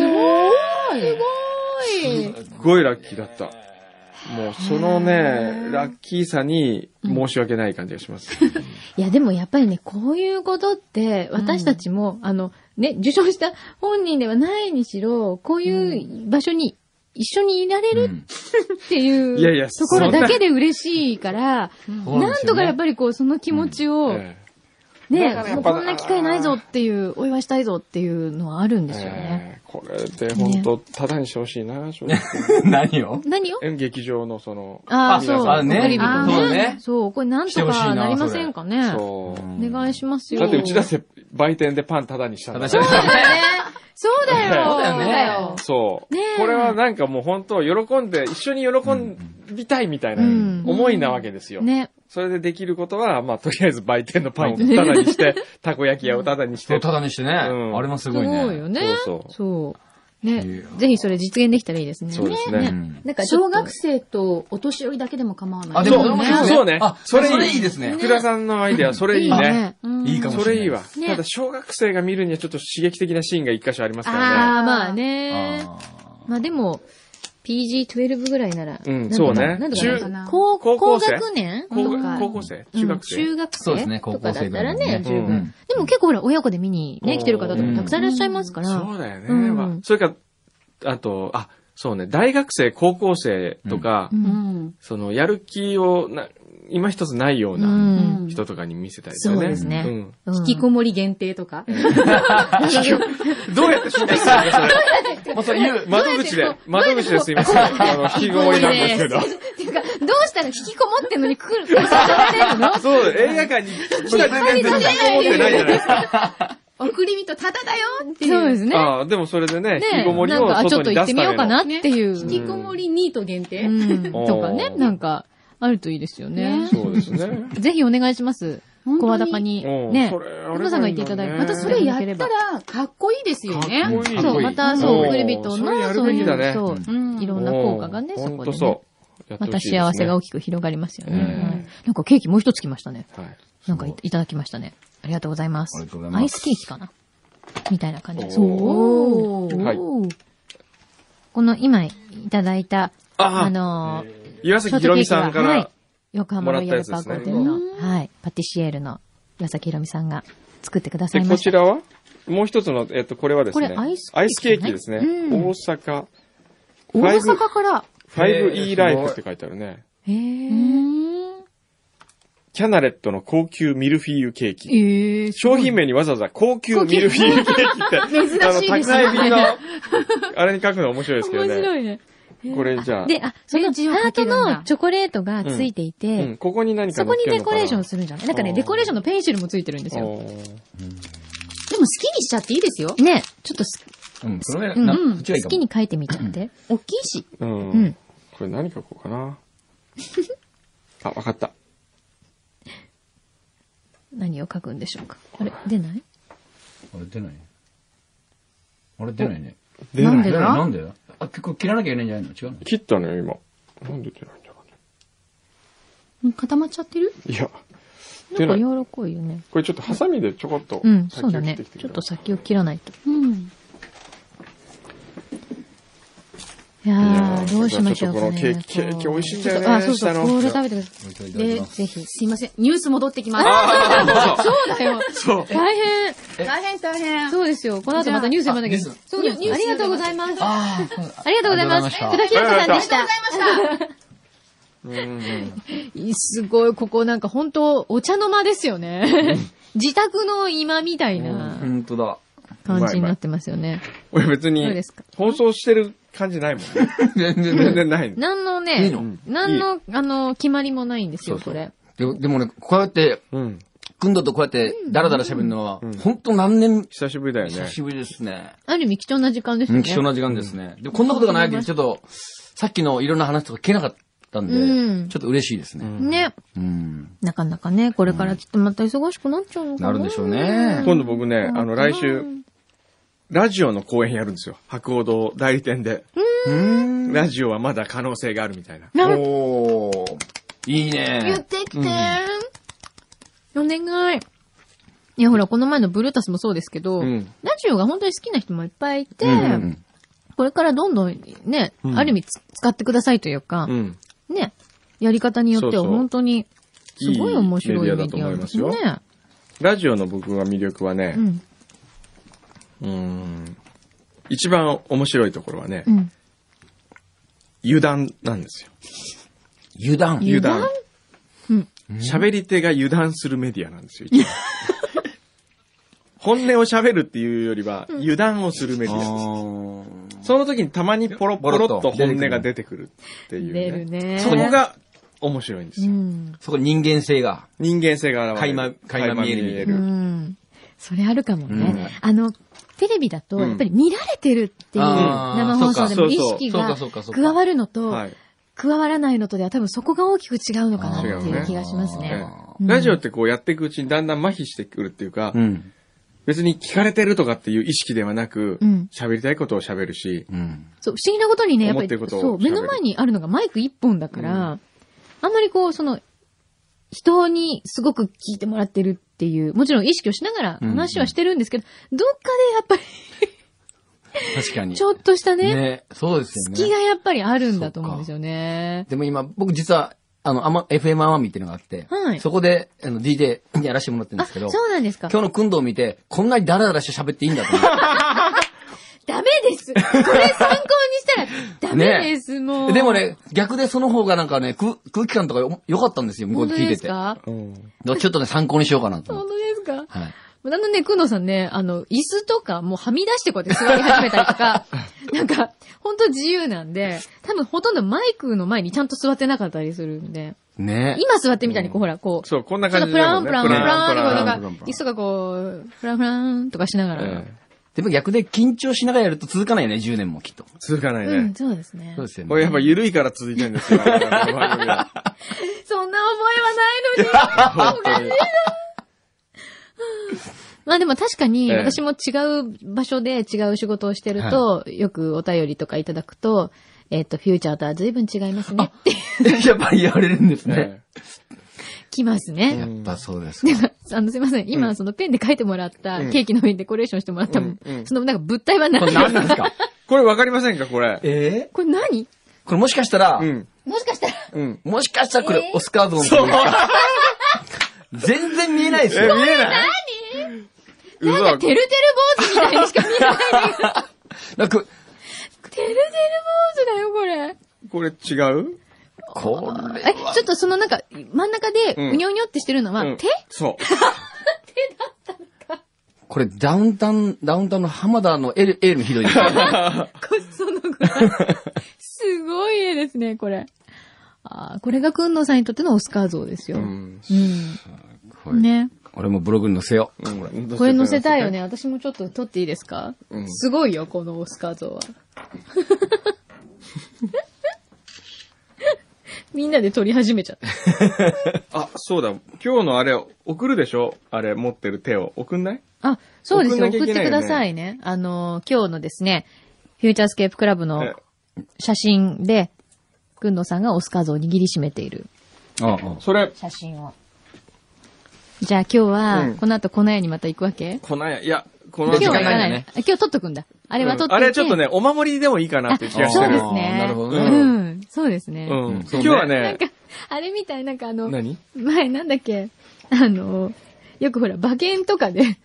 Speaker 2: ごいラッキーだった。もう、そのね、ラッキーさに申し訳ない感じがします。
Speaker 3: [LAUGHS] いや、でもやっぱりね、こういうことって、私たちも、あの、ね、受賞した本人ではないにしろ、こういう場所に一緒にいられるっていう、
Speaker 2: いやいや
Speaker 3: ところだけで嬉しいから、
Speaker 4: そう
Speaker 3: なん
Speaker 4: ですよね
Speaker 3: とかやっぱりこう、その気持ちを、
Speaker 2: ええ
Speaker 3: ね、
Speaker 2: だから
Speaker 3: も
Speaker 2: や
Speaker 3: う
Speaker 2: っぱ
Speaker 3: こんな機会ないぞっていう、お祝いしたいぞっていうのはあるんですよね。
Speaker 2: ええこれで本当、ただにしてほしいな、正
Speaker 3: [LAUGHS]
Speaker 2: 直。
Speaker 4: [LAUGHS] 何を
Speaker 3: 何を
Speaker 2: え劇場のその、
Speaker 3: ああ、そう。
Speaker 4: あね
Speaker 3: テレビの
Speaker 5: そう
Speaker 4: ね
Speaker 3: そう、これなんとかなりませんかね。お
Speaker 2: そう。
Speaker 3: 願いしますよ。
Speaker 2: だってうちだって売店でパンただにしたんだから
Speaker 4: [LAUGHS] ただにした
Speaker 3: そうだよね。そうだよ。
Speaker 2: そう
Speaker 4: だよね
Speaker 2: そう。
Speaker 3: ねえ
Speaker 2: これはなんかもう本当、喜んで、一緒に喜びたいみたいな
Speaker 3: うん
Speaker 2: 思いなわけですよ。
Speaker 3: ね。
Speaker 2: それでできることは、まあ、とりあえず売店のパンをタダにして、たこ焼き屋をタダにし
Speaker 4: そ
Speaker 2: て
Speaker 4: う、。ただにしてね。
Speaker 2: うん
Speaker 4: あれもす
Speaker 3: す
Speaker 4: ご
Speaker 3: ご
Speaker 4: いね。
Speaker 3: いよね。
Speaker 2: そう
Speaker 3: そう。ね。ぜひそれ実現できたらいいですね。
Speaker 2: そうですね
Speaker 4: うん
Speaker 3: なんかちょ
Speaker 5: 小
Speaker 3: っと
Speaker 5: 学生とお年寄りだけでも構わない。
Speaker 4: あ、でも
Speaker 2: そう
Speaker 4: れ面白い
Speaker 2: そうね
Speaker 4: あ、そ
Speaker 2: それ
Speaker 4: れ
Speaker 2: いい
Speaker 4: いいですね。
Speaker 2: 福田さんのアイデア、それいいね。。
Speaker 5: うん
Speaker 4: いいかも
Speaker 2: それいいわ。
Speaker 3: ね
Speaker 2: ただ、小学生が見るにはちょっと刺激的なシーンが一箇所ありますからね。
Speaker 3: ああ、まあ
Speaker 4: あ
Speaker 3: ね。
Speaker 4: ー
Speaker 3: まあでも、PG12 ぐらいなら。
Speaker 2: うん
Speaker 3: なんとか
Speaker 2: そうね
Speaker 3: なんとかなるか
Speaker 5: 中
Speaker 3: な高
Speaker 2: 高
Speaker 3: 高
Speaker 2: 校生
Speaker 3: 学年
Speaker 2: 高
Speaker 3: と
Speaker 2: 校
Speaker 3: か。
Speaker 2: 高校生中学
Speaker 3: うん
Speaker 2: 生
Speaker 3: 中学生
Speaker 4: そうですね
Speaker 3: とかだったら
Speaker 4: 高校
Speaker 3: ね、
Speaker 4: 生ぐ
Speaker 3: 十
Speaker 2: らいのね
Speaker 3: 分。でも結構ほら、親子で見にね、来てる方とかもたくさんいらっしゃいますから。
Speaker 2: そうだよね。
Speaker 3: うん
Speaker 2: わそれから、あと、あ、そうね、大学生、高校生とか、
Speaker 3: う
Speaker 5: うんん。
Speaker 2: その、やる気をな、今一つないよう
Speaker 3: う。
Speaker 2: なん人とかに見せたいですよね。
Speaker 3: そうですね。 [LAUGHS]
Speaker 2: うん
Speaker 3: うん
Speaker 5: 引きこもり限定とか。
Speaker 2: どうやって紹介するんですか、それ。まあ、それ言う、
Speaker 4: [LAUGHS]
Speaker 2: 窓口
Speaker 3: どうや
Speaker 2: で
Speaker 3: って、
Speaker 2: 窓口ですいません。あの、引きこもりなんですけど。
Speaker 3: っていうか、どうしたら引きこもってんのに来る、来させられるの
Speaker 2: そう、映画館に来た時点で引きこもってないじゃないですか。
Speaker 5: 送り人タダだよっていう。
Speaker 3: [LAUGHS] そうですね。
Speaker 2: ああ、でもそれでね、引き
Speaker 3: ね
Speaker 2: こもり
Speaker 3: な
Speaker 2: を
Speaker 3: んか、あちょ
Speaker 2: 外
Speaker 3: っと
Speaker 2: に出
Speaker 3: 行って
Speaker 2: す
Speaker 3: みようか
Speaker 2: ための。
Speaker 3: なっていう。
Speaker 5: 引きこもりニート限定、
Speaker 3: うん。
Speaker 2: おー
Speaker 3: [LAUGHS] とかね、なんか、あるといいですよね
Speaker 5: ね。
Speaker 2: そうです
Speaker 3: [LAUGHS]
Speaker 2: ね。
Speaker 3: ぜひお願いします。
Speaker 5: 本当に
Speaker 3: 声高に。
Speaker 2: うん
Speaker 3: ね
Speaker 2: そ。れあればいいんだね
Speaker 3: お父さんが言っていただいて
Speaker 5: またそれやったらかっこいいですよね。
Speaker 2: かっこいい
Speaker 4: かっ
Speaker 3: そ
Speaker 4: こ
Speaker 3: う、
Speaker 4: いい
Speaker 3: また、そうう、
Speaker 5: ん
Speaker 3: クリビット
Speaker 2: それや
Speaker 3: の、
Speaker 2: る
Speaker 3: そう
Speaker 2: べ
Speaker 3: い
Speaker 2: きだ
Speaker 3: う、
Speaker 2: ね
Speaker 3: そう、
Speaker 5: うん
Speaker 3: いろんな効果がね、
Speaker 2: うん
Speaker 3: そこ
Speaker 2: ほんと
Speaker 3: でね。
Speaker 2: そう。やって
Speaker 3: ま
Speaker 2: ほ
Speaker 3: た
Speaker 2: しいですね
Speaker 3: 幸せが大きく広がりますよね。
Speaker 2: うん
Speaker 3: はいなんかケーキもう一つ来ましたね。
Speaker 2: はい。
Speaker 3: なんかいいただきましたね。ありがとうございます。
Speaker 4: ありがとうございます
Speaker 3: アイスケーキかなみたいな感じです。
Speaker 5: おー
Speaker 3: ー
Speaker 2: はい
Speaker 3: この今いただいた、
Speaker 2: あ
Speaker 3: あのー
Speaker 2: 岩
Speaker 3: ショ
Speaker 2: 崎
Speaker 3: ートケ
Speaker 2: 宏
Speaker 3: ー
Speaker 2: 美
Speaker 3: キは
Speaker 2: さんか
Speaker 3: はい
Speaker 2: ら、、
Speaker 3: 横浜ロイヤルパークホテル
Speaker 5: もらったやつ
Speaker 3: の、
Speaker 5: ですね
Speaker 3: はい、パティシエールの岩崎宏美さんが作ってください
Speaker 2: で、
Speaker 3: ま
Speaker 2: こ
Speaker 3: した。
Speaker 2: ちらはもう一つの、えっと、これはですね、
Speaker 3: これアイスケーキ
Speaker 2: ですね。
Speaker 3: うん
Speaker 2: 大阪、
Speaker 3: 大
Speaker 2: 5
Speaker 3: 阪から、
Speaker 2: 5E ライフって書いてあるね。
Speaker 3: へー
Speaker 2: キャナレットの高級ミルフィーユケーキ。
Speaker 3: えー、
Speaker 2: 商品名にわざわざ高級ミルフィーユケーキって、
Speaker 5: 珍しい
Speaker 2: あの、
Speaker 5: で
Speaker 2: 宅
Speaker 5: すね
Speaker 2: 内便
Speaker 5: [LAUGHS]
Speaker 2: の、あれに書くの面白いですけど
Speaker 3: 面白
Speaker 2: ね。
Speaker 3: いね。
Speaker 2: これじゃあ、
Speaker 3: で、あ、その
Speaker 5: ページを
Speaker 3: ハー
Speaker 5: か
Speaker 3: ト
Speaker 5: けるんだ
Speaker 3: のチョコレートがついていて、
Speaker 2: うん、ここに何か
Speaker 3: そこ
Speaker 2: 乗っ
Speaker 3: に
Speaker 2: ける
Speaker 3: デ
Speaker 2: のか
Speaker 3: コ
Speaker 2: な
Speaker 3: レーションするんじゃないなんかね、
Speaker 2: あー
Speaker 3: デコレーションのペンシルもついてるんですよ。
Speaker 5: でも好きにしちゃっていいですよ。
Speaker 3: ね、ちょっとす
Speaker 4: うん、それは、
Speaker 3: うん
Speaker 4: な
Speaker 5: うん
Speaker 4: そっちがいい
Speaker 3: 好
Speaker 4: か
Speaker 3: き
Speaker 4: も。
Speaker 3: に書いてみちゃって。
Speaker 5: 大きいし。
Speaker 2: あーう
Speaker 3: うんん。
Speaker 2: これ何書こうか
Speaker 3: [LAUGHS]
Speaker 2: な。あ、わかった。
Speaker 3: 何を書くんでしょうか。あれ、出ない
Speaker 4: あれ出ないねあれ出ないね。
Speaker 2: 出ない
Speaker 3: なん
Speaker 4: 出
Speaker 3: で
Speaker 4: ない
Speaker 3: だ
Speaker 4: なんでだあ、結構切らなきゃいけないんじゃないの違うの
Speaker 2: 切ったのよ、今。なんで出ないんだろ
Speaker 5: うん固まっちゃってる
Speaker 2: うね。いや、
Speaker 3: な
Speaker 2: 出
Speaker 3: ん
Speaker 2: な
Speaker 3: か
Speaker 2: い。
Speaker 3: 柔らかいよね。
Speaker 2: これちょっとハサミでちょこっと
Speaker 3: うん、
Speaker 2: 先
Speaker 3: そうだ
Speaker 2: を切っ
Speaker 3: ね
Speaker 2: てきて。
Speaker 3: ち
Speaker 2: くれ
Speaker 3: ょっと
Speaker 2: る
Speaker 3: 先を切らないと。
Speaker 5: うん。
Speaker 3: いやー、どうしましょうか
Speaker 2: ちょ
Speaker 3: ね。
Speaker 2: っとこのケーキケーキ美味しいんだよね
Speaker 3: ちょっとあ、そうそ
Speaker 2: 下
Speaker 3: う、
Speaker 2: の
Speaker 3: これ食べてくださ
Speaker 4: これいただ
Speaker 3: い。
Speaker 4: きます
Speaker 3: で、ぜひ。
Speaker 5: すいません。ニュース戻ってきます。
Speaker 3: [LAUGHS] そうだよ。大変。
Speaker 5: 大変大変。
Speaker 3: そうですよ。この後またニュース読まなきゃいけない。
Speaker 4: あ
Speaker 3: そうです。
Speaker 5: ニュー
Speaker 3: あ
Speaker 5: ス
Speaker 3: りがとうございます。あ
Speaker 4: あーそうだ
Speaker 3: りがとうございま
Speaker 4: ありがとうございまし
Speaker 3: す。
Speaker 4: た
Speaker 3: 福田清太さんでした。
Speaker 2: うん
Speaker 3: いいすごい、ここなんか本当お茶の間ですよね。自宅の今みたいな
Speaker 4: 本当だ。
Speaker 3: 感じになってますよね。
Speaker 2: [LAUGHS] 俺別
Speaker 3: どう
Speaker 2: に
Speaker 3: ですか、
Speaker 2: 放送してる感じないもんね。
Speaker 4: 全然
Speaker 2: 全然ない。
Speaker 3: 何の
Speaker 4: いい
Speaker 3: ね
Speaker 4: の、
Speaker 3: 何の、あの、決まりもないんですよ、
Speaker 4: そ
Speaker 3: こ
Speaker 4: うそう
Speaker 3: れ。
Speaker 4: ででもね、こうやって、
Speaker 2: うん。
Speaker 4: くんどとこうやって、だらだら喋るのは
Speaker 2: ん、
Speaker 4: 本当何年、
Speaker 2: 久しぶりだよ
Speaker 4: 久
Speaker 2: ね。
Speaker 4: しぶりですね。
Speaker 3: ある意味貴重な時間ですよ
Speaker 4: うん
Speaker 3: ね。
Speaker 4: 貴重な時間ですね。でもこんなことがないけど、ちょっと、さっきのいろんな話とか聞けなかったんで、
Speaker 3: うん
Speaker 4: ちょっと嬉しいですね。
Speaker 3: ね。
Speaker 4: うん。
Speaker 3: なかなかね、これからちょっとまた忙しくなっちゃうのか
Speaker 4: な
Speaker 3: な。
Speaker 4: るでしょうね。
Speaker 2: 今度僕ね、あ
Speaker 3: う
Speaker 2: の、
Speaker 3: ん
Speaker 2: 来週、ラジオの公演やるんですよ。白鸚堂代理店で。
Speaker 4: うん。
Speaker 2: ラジオはまだ可能性があるみたいな。
Speaker 4: おーいい
Speaker 3: 言っ
Speaker 4: ね。
Speaker 3: てきてお願い。いや、ほら、この前のブルータスもそうですけど、
Speaker 2: うん
Speaker 3: ラジオが本当に好きな人もいっぱいいて、
Speaker 4: うんうん
Speaker 3: これからどんどんね、
Speaker 2: うん
Speaker 3: ある意味つ使ってくださいというか
Speaker 2: う、ん。
Speaker 3: ね、やり方によって
Speaker 2: そ
Speaker 3: は
Speaker 2: うそう
Speaker 3: 本当に、すごい面白い
Speaker 2: いい
Speaker 3: メ
Speaker 2: メ
Speaker 3: デ
Speaker 2: ディ
Speaker 3: ィ
Speaker 2: アだと思
Speaker 3: ア
Speaker 2: いま
Speaker 3: で
Speaker 2: すす
Speaker 3: ね
Speaker 2: よ。ラジオの僕が魅力はね
Speaker 3: う、ん。
Speaker 2: うーん。一番面白いところはね
Speaker 3: う、ん。
Speaker 2: 油断なんですよ。
Speaker 4: 油断。
Speaker 2: 油断。
Speaker 3: うん
Speaker 2: 喋り手が油断するメディアなんですよ、
Speaker 3: [LAUGHS]
Speaker 2: 一番本音を喋るっていうよりは、油断をするメディアです。その時にたまにポロポロっと本音が出てくるっていう、
Speaker 3: 出るね
Speaker 2: そこが面白いんで
Speaker 3: う
Speaker 2: すよ。
Speaker 3: ん。
Speaker 4: そこ人間性が。
Speaker 2: 人間性が現れる。
Speaker 4: 垣間垣間見える
Speaker 2: 垣間
Speaker 3: う。ん。それあるかもね。あの、テレビだと、
Speaker 2: うん
Speaker 3: やっぱり見られてるっていう
Speaker 4: あー
Speaker 3: 生放送で
Speaker 2: そ
Speaker 3: も
Speaker 2: うか
Speaker 3: 意識
Speaker 4: そうか
Speaker 3: が
Speaker 4: そうかそうか
Speaker 3: 加わるのと、
Speaker 2: はい。
Speaker 3: 加わらないのとでは多分そこが大きく違うのかなって
Speaker 2: あー違う
Speaker 3: いう
Speaker 2: ね
Speaker 3: 気がしますね。
Speaker 2: ラジオってこうやっていくうちにだんだん麻痺してくるっていうか、
Speaker 4: ん。
Speaker 2: 別に聞かれてるとかっていう意識ではなく
Speaker 3: うん、
Speaker 2: 喋、りたいことを喋るし、
Speaker 4: うん。
Speaker 3: そう、不思議なことにね、やっぱ
Speaker 2: 思ってる
Speaker 3: り、
Speaker 2: ことを
Speaker 3: そう、
Speaker 2: 喋
Speaker 3: 目
Speaker 2: る
Speaker 3: の前にあるのがマイク一本だから、あんまりこう、その、人にすごく聞いてもらってるっていう、もちろん意識をしながら
Speaker 4: うん
Speaker 3: 話はしてるんですけど、どっかでやっぱり、
Speaker 4: 確かに。
Speaker 3: ちょっとしたね、
Speaker 4: そうですよね。
Speaker 3: 気がやっぱりあるんだと思うんですよね。
Speaker 4: でも今、僕実は、あの、あま、FM アマミっていうのがあって、
Speaker 3: はい
Speaker 4: そこで、あの、DJ やらせてもらってるん
Speaker 3: あ、
Speaker 4: ですけ
Speaker 3: そ
Speaker 4: ど、
Speaker 3: うなんですか。
Speaker 4: 今日の訓導を見て、こんなにダラダラして喋っていいんだと思っ
Speaker 3: ダメですこれ参考にしたらダメです、も
Speaker 4: て。
Speaker 3: う。
Speaker 4: でも、 [LAUGHS] ね、逆でその方がなんかね、空空気感とかよ良かったんですよ、向こう
Speaker 3: 本当
Speaker 4: で聞い
Speaker 3: で
Speaker 4: て
Speaker 3: す
Speaker 4: て。
Speaker 3: か
Speaker 2: うん
Speaker 4: だからちょっとね、参考にしようかなと思っ
Speaker 3: 本
Speaker 4: て。
Speaker 3: 当ですか
Speaker 4: はい。
Speaker 3: あのね、くんのさんね、あの、椅子とかもうはみ出してこうやって座り始めたりとか、なんか、ほんと自由なんで、多分ほとんどマイクの前にちゃんと座ってなかったりするんで、
Speaker 4: ね
Speaker 3: 今座ってみたいにこう、ほら、こう、
Speaker 2: そう、こんな
Speaker 3: ちょっ
Speaker 2: 感
Speaker 3: と
Speaker 2: じ
Speaker 3: プランプランプ
Speaker 4: プ
Speaker 3: ランってこう、
Speaker 4: ラン
Speaker 3: なん
Speaker 4: プ
Speaker 3: か
Speaker 4: ランプラ、ン
Speaker 3: 椅子がこう、プランプランとかしながら。
Speaker 4: でも逆で緊張しながらやると続かないよね、10年もきっと。
Speaker 2: 続かないね。
Speaker 3: うん、そうですね。
Speaker 4: すよ
Speaker 2: これやっぱ緩いから続いてるんですよ。この番組は
Speaker 3: そんな覚えはないの
Speaker 2: [LAUGHS]
Speaker 3: に。おかしいな。まあでも確かに、
Speaker 2: ええ
Speaker 3: 私も違う場所で違う仕事をしてると、よくお便りとかいただくと、えっ、と、フューチャーとは随分違いますねって
Speaker 4: やっぱり言われるんですね。
Speaker 2: ね
Speaker 3: きます
Speaker 4: やっ
Speaker 3: ね。
Speaker 4: ぱそうです
Speaker 3: で
Speaker 4: か。
Speaker 3: も [LAUGHS] あの、すいません。今、そのペンで書いてもらった
Speaker 2: うん
Speaker 3: ケーキの上にデコレーションしてもらった、
Speaker 2: うんうん
Speaker 3: そのなんか物体は何
Speaker 4: これ何なんですか
Speaker 2: これわかりませんかこれ。
Speaker 4: [LAUGHS] ええ
Speaker 3: これ何
Speaker 4: これもしかしたら
Speaker 2: う、ん。
Speaker 3: もしかしたら、
Speaker 2: うん。
Speaker 4: もしかしたらこれオスカー像のことですか全然見えないで
Speaker 2: え、
Speaker 4: す
Speaker 2: 見え
Speaker 4: よ。
Speaker 2: ないう
Speaker 3: なんか
Speaker 2: わ
Speaker 3: てるてる坊主みた
Speaker 2: [LAUGHS]
Speaker 3: いにしか見えない。
Speaker 4: [LAUGHS] なんか
Speaker 3: てるてる坊主だよ、
Speaker 2: こ
Speaker 3: これ。
Speaker 2: れ違う
Speaker 4: これ
Speaker 3: え、ちょっとそのなんか、真ん中で、
Speaker 2: うん
Speaker 3: うにょうにょってしてるのは、
Speaker 2: うん
Speaker 3: 手
Speaker 2: そう。
Speaker 4: これダウンタウン、ダウンタウンの浜田のエル、エルひどいですよ。
Speaker 3: こそのぐ
Speaker 2: [LAUGHS]
Speaker 3: らい。すごい絵ですね、これ。ああ、これがくんのさんにとってのオスカー像ですよ。
Speaker 2: う
Speaker 3: うん。
Speaker 2: ん。
Speaker 3: ね。
Speaker 4: 俺もブログに載せよう。
Speaker 2: こ
Speaker 3: これ載せたいよ。ね。私もちょっと撮っていいですか、
Speaker 2: うん
Speaker 3: すごいよ、このオスカー像は。 [LAUGHS] みんなで撮り始めちゃった。
Speaker 2: あ、そうだ。今日のあれ、送るでしょあれ、持ってる手を。送んない
Speaker 3: あ、そうですよ。
Speaker 2: 送んなきゃ
Speaker 3: 送
Speaker 2: いけ
Speaker 3: って
Speaker 2: ない
Speaker 3: く
Speaker 2: よね
Speaker 3: ださいね。あのー、今日のですね、フューチャースケープクラブの
Speaker 2: え
Speaker 3: 写真で、くんのさんがオスカー像を握りしめている
Speaker 4: ああ
Speaker 2: それ、
Speaker 3: 写真を。じゃあ今日は、
Speaker 2: うん
Speaker 3: この後粉屋にまた行くわけ
Speaker 2: こないや、いや、この
Speaker 3: 今日
Speaker 4: 時
Speaker 3: は
Speaker 4: 間
Speaker 3: 行か
Speaker 4: ない
Speaker 3: ない
Speaker 4: ね
Speaker 3: 今日取っとくんだ。あ
Speaker 2: あ
Speaker 3: れは取っといて、
Speaker 2: あれちょっとね、お守りでもいいかな
Speaker 3: あ、
Speaker 2: っていう気がして
Speaker 3: そう
Speaker 2: る。
Speaker 3: ですね。
Speaker 4: なるほど
Speaker 3: う
Speaker 4: ね
Speaker 3: ん、そうですね。
Speaker 2: うん。
Speaker 4: うんそう
Speaker 2: 今日は
Speaker 3: な
Speaker 4: ね
Speaker 3: ん
Speaker 2: ね
Speaker 3: か、、あれみたい、なんかあの、
Speaker 2: 何
Speaker 3: 前なんだっけ、あの、よくほら、馬券とかで、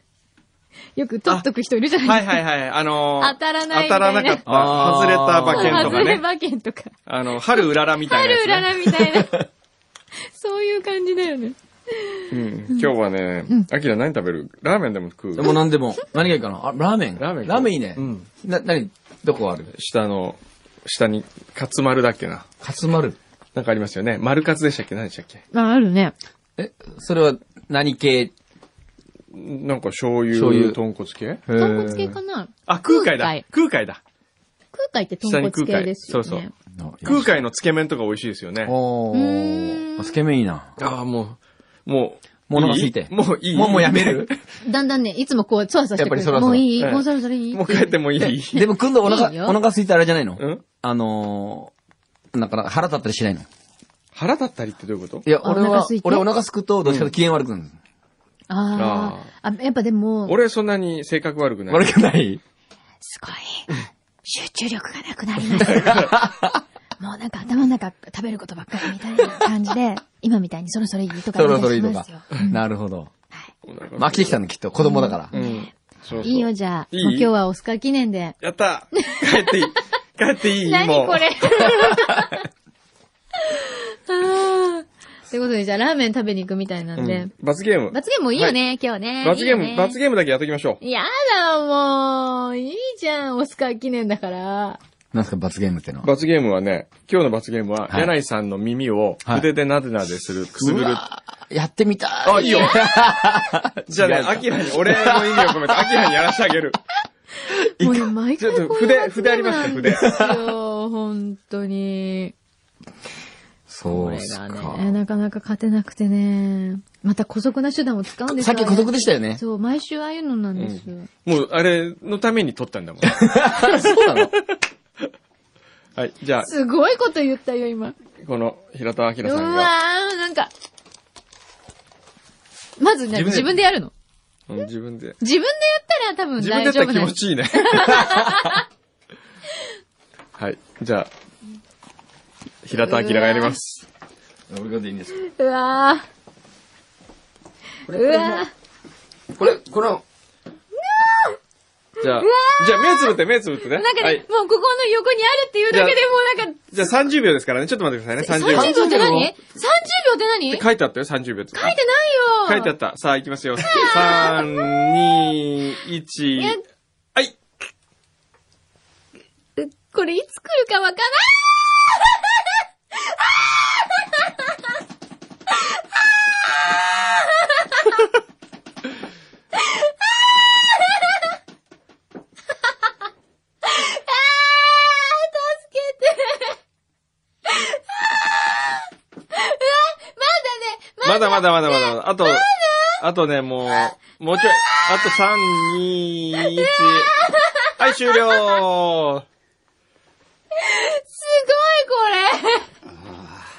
Speaker 3: よく取っとく人いるじゃな
Speaker 2: はいい
Speaker 3: ですか。
Speaker 2: はいはい。あのー
Speaker 3: 当たらない
Speaker 2: 当
Speaker 3: みたい
Speaker 2: た
Speaker 3: な
Speaker 2: らなかった。
Speaker 4: あー
Speaker 2: 外れた馬券とか
Speaker 3: 外れ
Speaker 2: ね。
Speaker 3: 馬券とか。
Speaker 2: あの、春うららみたいな
Speaker 3: 春
Speaker 2: や
Speaker 3: うら
Speaker 2: つ、
Speaker 3: らみたいな。そういう感じだよね。
Speaker 2: ね。うん。今日はね
Speaker 3: うん、
Speaker 2: アキラ何食べるラーメンでも食う
Speaker 4: で。も何でも。何がいいかなあ、ラーメン。
Speaker 2: ラーメン
Speaker 4: ラーメンいいね。
Speaker 2: うん
Speaker 4: な、何どこある
Speaker 2: 下の、下に、カツ丸だっけな。
Speaker 4: カツマル。
Speaker 2: なんかありますよね。丸カツでしたっけ何でしたっけ
Speaker 3: あ、あるね。
Speaker 4: え、それは何系
Speaker 2: なんか醤油、
Speaker 4: 醤油
Speaker 2: 豚骨系
Speaker 3: 豚骨系かな
Speaker 2: あ、空海だ。
Speaker 3: 空海
Speaker 2: 空海だ。
Speaker 3: 空海って豚骨系ですよ
Speaker 2: 下に空海そ
Speaker 3: ね。
Speaker 2: うそう
Speaker 4: な
Speaker 2: 空海のつけ麺とか美味しいですよね。
Speaker 4: お
Speaker 3: うーん
Speaker 4: ー。つけ麺いいな。
Speaker 2: ああ、もう、もう、
Speaker 4: 物がついて。
Speaker 2: もういい
Speaker 4: もうもうやめ [LAUGHS] る
Speaker 3: だんだんね、いつもこう、そわそわしてくる。
Speaker 4: やっぱりそわそわ
Speaker 3: もういい、
Speaker 2: ええ
Speaker 3: もうそろそろいい。
Speaker 2: もう帰ってもいい
Speaker 4: でも、くんどお腹
Speaker 3: いいよ、
Speaker 4: お腹空いたあれじゃないの
Speaker 2: うん
Speaker 4: あのー、なんか腹立ったりしないの
Speaker 2: 腹立ったりってどういうこと
Speaker 4: いや、
Speaker 3: あ
Speaker 4: 俺
Speaker 3: お腹
Speaker 4: は
Speaker 3: 空い、て
Speaker 4: 俺お腹すくと、どっちかというと機嫌悪くなる。
Speaker 3: ああ。あ、やっぱでも、
Speaker 2: 俺そんなに性格悪くない。
Speaker 4: 悪くない
Speaker 3: すごい、集中力がなくなります。
Speaker 2: [LAUGHS]
Speaker 3: もうなんか頭の中食べることばっかりみたいな感じで、今みたいにそろそろいいとか言
Speaker 4: そ
Speaker 3: い
Speaker 4: ろそろ
Speaker 3: 出し
Speaker 4: いいと
Speaker 3: ま
Speaker 4: か
Speaker 3: すよ。。
Speaker 4: なるほど。
Speaker 2: なんか
Speaker 4: まあ、飽きてきたのきっと、子供だから。
Speaker 2: うん。そうそう
Speaker 3: いいよ、じゃあ。
Speaker 2: いい
Speaker 3: もう今日はオスカー記念で。
Speaker 2: やった帰ってい
Speaker 3: [LAUGHS]
Speaker 2: い。帰っていいも
Speaker 3: 何
Speaker 2: う
Speaker 3: [LAUGHS] これあーということで、じゃあラーメン食べに行くみたいなん
Speaker 2: う
Speaker 3: で
Speaker 2: ん。罰ゲーム。
Speaker 3: 罰ゲームもいいよね、今日ね。
Speaker 2: 罰ゲー
Speaker 3: いいよ
Speaker 2: ム、
Speaker 3: ね
Speaker 2: 罰ゲームだけやっときましょう。
Speaker 3: やだ、もう。いいじゃん、オスカー記念だから。
Speaker 4: なんすか、罰ゲームってのは。
Speaker 2: 罰ゲームはね、今日の罰ゲームは、
Speaker 4: はい
Speaker 2: 柳井さんの耳を
Speaker 4: はい
Speaker 2: 筆でなでなでする、くすぐ
Speaker 4: う
Speaker 2: る。
Speaker 4: わーやってみたい。
Speaker 2: あいいよじゃあね、
Speaker 4: 違うか
Speaker 2: アキラに、俺の意味を込めて、アキラにやらしてあげる。
Speaker 3: もうね毎
Speaker 2: ちょ
Speaker 3: 回
Speaker 2: っと
Speaker 3: こういう
Speaker 2: 筆
Speaker 3: 罰
Speaker 2: 筆あり
Speaker 3: ゲーム
Speaker 2: ます
Speaker 3: な
Speaker 2: ね
Speaker 3: ん
Speaker 2: 筆
Speaker 3: ですよ、本当に。
Speaker 4: そ
Speaker 3: こ
Speaker 4: うっ
Speaker 3: れ
Speaker 4: す
Speaker 3: が
Speaker 4: か。
Speaker 3: ね、なかなか勝てなくてね。また姑息な手段を使うんです
Speaker 4: さっき孤独でしたよね。
Speaker 3: そう、毎週ああいうのなんですよ。
Speaker 2: もう、あれのために撮った
Speaker 4: [LAUGHS]
Speaker 2: んだもん。
Speaker 4: そうなの
Speaker 2: はい。じゃあ、
Speaker 3: すごいこと言ったよ、今。
Speaker 2: この平田明
Speaker 3: うわ
Speaker 2: さ
Speaker 3: ー、
Speaker 2: んが、
Speaker 3: なんか。まずね、
Speaker 2: 自分で
Speaker 3: 自分でやるの。
Speaker 2: うん自分で、
Speaker 3: 自分でやったら多分
Speaker 2: 自分でや
Speaker 3: 大
Speaker 2: った
Speaker 3: 丈夫
Speaker 2: ら気
Speaker 3: な
Speaker 2: 持
Speaker 3: ん
Speaker 2: ちいいね。 [LAUGHS] はい。じゃあ、平田明がやります。
Speaker 4: 俺がでいいんですか
Speaker 3: うわー。うわ
Speaker 4: これ、この、
Speaker 2: じゃあ、じゃあ目つぶって、目つぶってね。
Speaker 3: ー。なんかね、
Speaker 2: はい。
Speaker 3: もうここの横にあるっていうだけで
Speaker 2: じゃ
Speaker 3: もうなんか、
Speaker 2: じゃあ30秒ですからね。ちょっと待ってくださいね。30
Speaker 3: 30
Speaker 2: 秒。
Speaker 3: 秒
Speaker 2: っ
Speaker 3: って何 ?30 秒って何書い
Speaker 2: て
Speaker 3: て
Speaker 2: 書いてあったよ、30秒って。書い
Speaker 3: ないよ
Speaker 2: 書いてあった。さあ、行きますよ。3、2、1
Speaker 3: や。
Speaker 2: はい。
Speaker 3: これいつ来るかわかんない。
Speaker 2: まだまだまだまだまだ。あと、あとね、もう、もうちょい。あと3、2、1。はい、終了
Speaker 3: すごいこ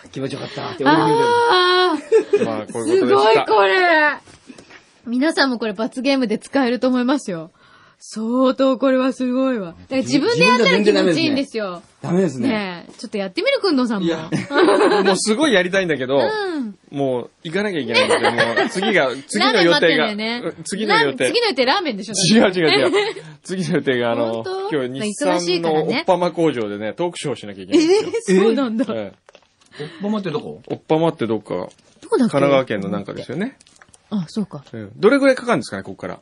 Speaker 3: れ
Speaker 4: 気持ちよかった。
Speaker 3: あー
Speaker 2: まあ、こういう
Speaker 3: す
Speaker 2: ことで
Speaker 3: ご
Speaker 2: し
Speaker 3: い
Speaker 2: た。
Speaker 3: これ皆さんもこれ罰ゲームで使えると思いますよ。相当これはすごいわ。だから自分でやったら気持ちいいんですよ。
Speaker 4: ダメですね。
Speaker 3: ねえ、ちょっとやってみる、くんどうさんも。
Speaker 2: いや [LAUGHS] もうすごいやりたいんだけど、
Speaker 3: うん。
Speaker 2: もう行かなきゃいけないんだけど、もう次
Speaker 3: [LAUGHS]
Speaker 2: が、次の予定
Speaker 3: ラーメン待ってんだ
Speaker 2: が
Speaker 3: よね、、
Speaker 2: 次の予
Speaker 3: ラーメン
Speaker 2: 定
Speaker 3: 次。の予定ラーメンでしょ
Speaker 2: 違う違う違う。 [LAUGHS] 次の予定があ
Speaker 3: 本
Speaker 2: の
Speaker 3: 当、
Speaker 2: 今日日産
Speaker 3: まあ忙しいから
Speaker 2: のお
Speaker 3: ね
Speaker 2: っぱま工場でね、トークショーをしなきゃいけ
Speaker 3: え
Speaker 2: ないんですよ。
Speaker 3: ー、そうなんだ。
Speaker 2: ええ
Speaker 4: ママってどこ
Speaker 2: おっぱまってどっか、
Speaker 3: どこだ
Speaker 2: 神
Speaker 3: っけ
Speaker 2: 奈川県のなんかですよね。
Speaker 3: あ、そうか。
Speaker 2: うんどれぐらいかかるんですかね、ここから。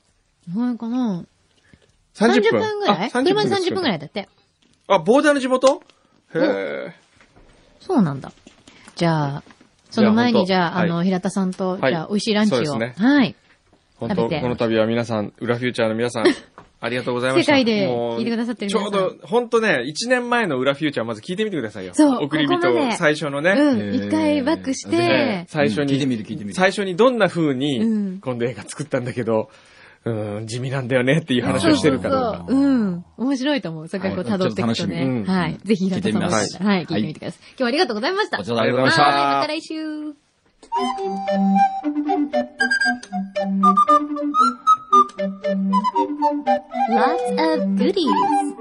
Speaker 3: なんかな
Speaker 2: 30分。
Speaker 3: ぐらい
Speaker 2: あ
Speaker 3: 車で30分ぐら
Speaker 2: い。
Speaker 3: いだって。
Speaker 2: あ、ボーダーの地元へ
Speaker 3: そうなんだ。じゃあ、その前にじ
Speaker 2: じゃあ
Speaker 3: ゃあ、
Speaker 2: 本
Speaker 3: あ
Speaker 2: 当
Speaker 3: の、平田さんと、じ
Speaker 2: はい
Speaker 3: ゃあ、美味しいランチ
Speaker 2: そうです
Speaker 3: を。
Speaker 2: ね
Speaker 3: はい。
Speaker 2: え。本当
Speaker 3: 食べて
Speaker 2: この度は皆さん、裏フューチャーの皆
Speaker 3: [LAUGHS]
Speaker 2: さん、ありがとうございました。
Speaker 3: 世界で
Speaker 2: もう
Speaker 3: 聞いてくださってる
Speaker 2: ち
Speaker 3: 皆さ
Speaker 2: ょ
Speaker 3: ん
Speaker 2: うど、本当ね、1年前の裏フューチャーまず聞いてみてくださいよ。
Speaker 3: そう
Speaker 2: 送り人
Speaker 3: ここまで、
Speaker 2: 最初のね。
Speaker 3: うん。一回バックし
Speaker 2: ね
Speaker 3: て、
Speaker 2: 最初に、
Speaker 4: うん聞いてみる聞いてみる
Speaker 2: 最初にどんな風
Speaker 3: うん
Speaker 2: に、今度映画作ったんだけど、うん、地味なんだよねっていう話をしてるか
Speaker 3: そう
Speaker 2: ら。
Speaker 3: そうそう。うん。面白いと思う。それからこう
Speaker 4: はい
Speaker 3: 辿っていくと
Speaker 4: ちょっと楽しみ
Speaker 3: ね
Speaker 2: う。ん
Speaker 3: はい。ぜひ、平田さんも。
Speaker 4: 聞いてみます
Speaker 3: はい。聞いてみてください。今日はありがとうございました。
Speaker 4: こちらありがとうございまし
Speaker 3: は
Speaker 4: た
Speaker 3: また。来週。
Speaker 6: Lots of goodies.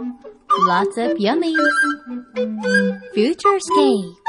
Speaker 6: Lots of yummies. Futurescape.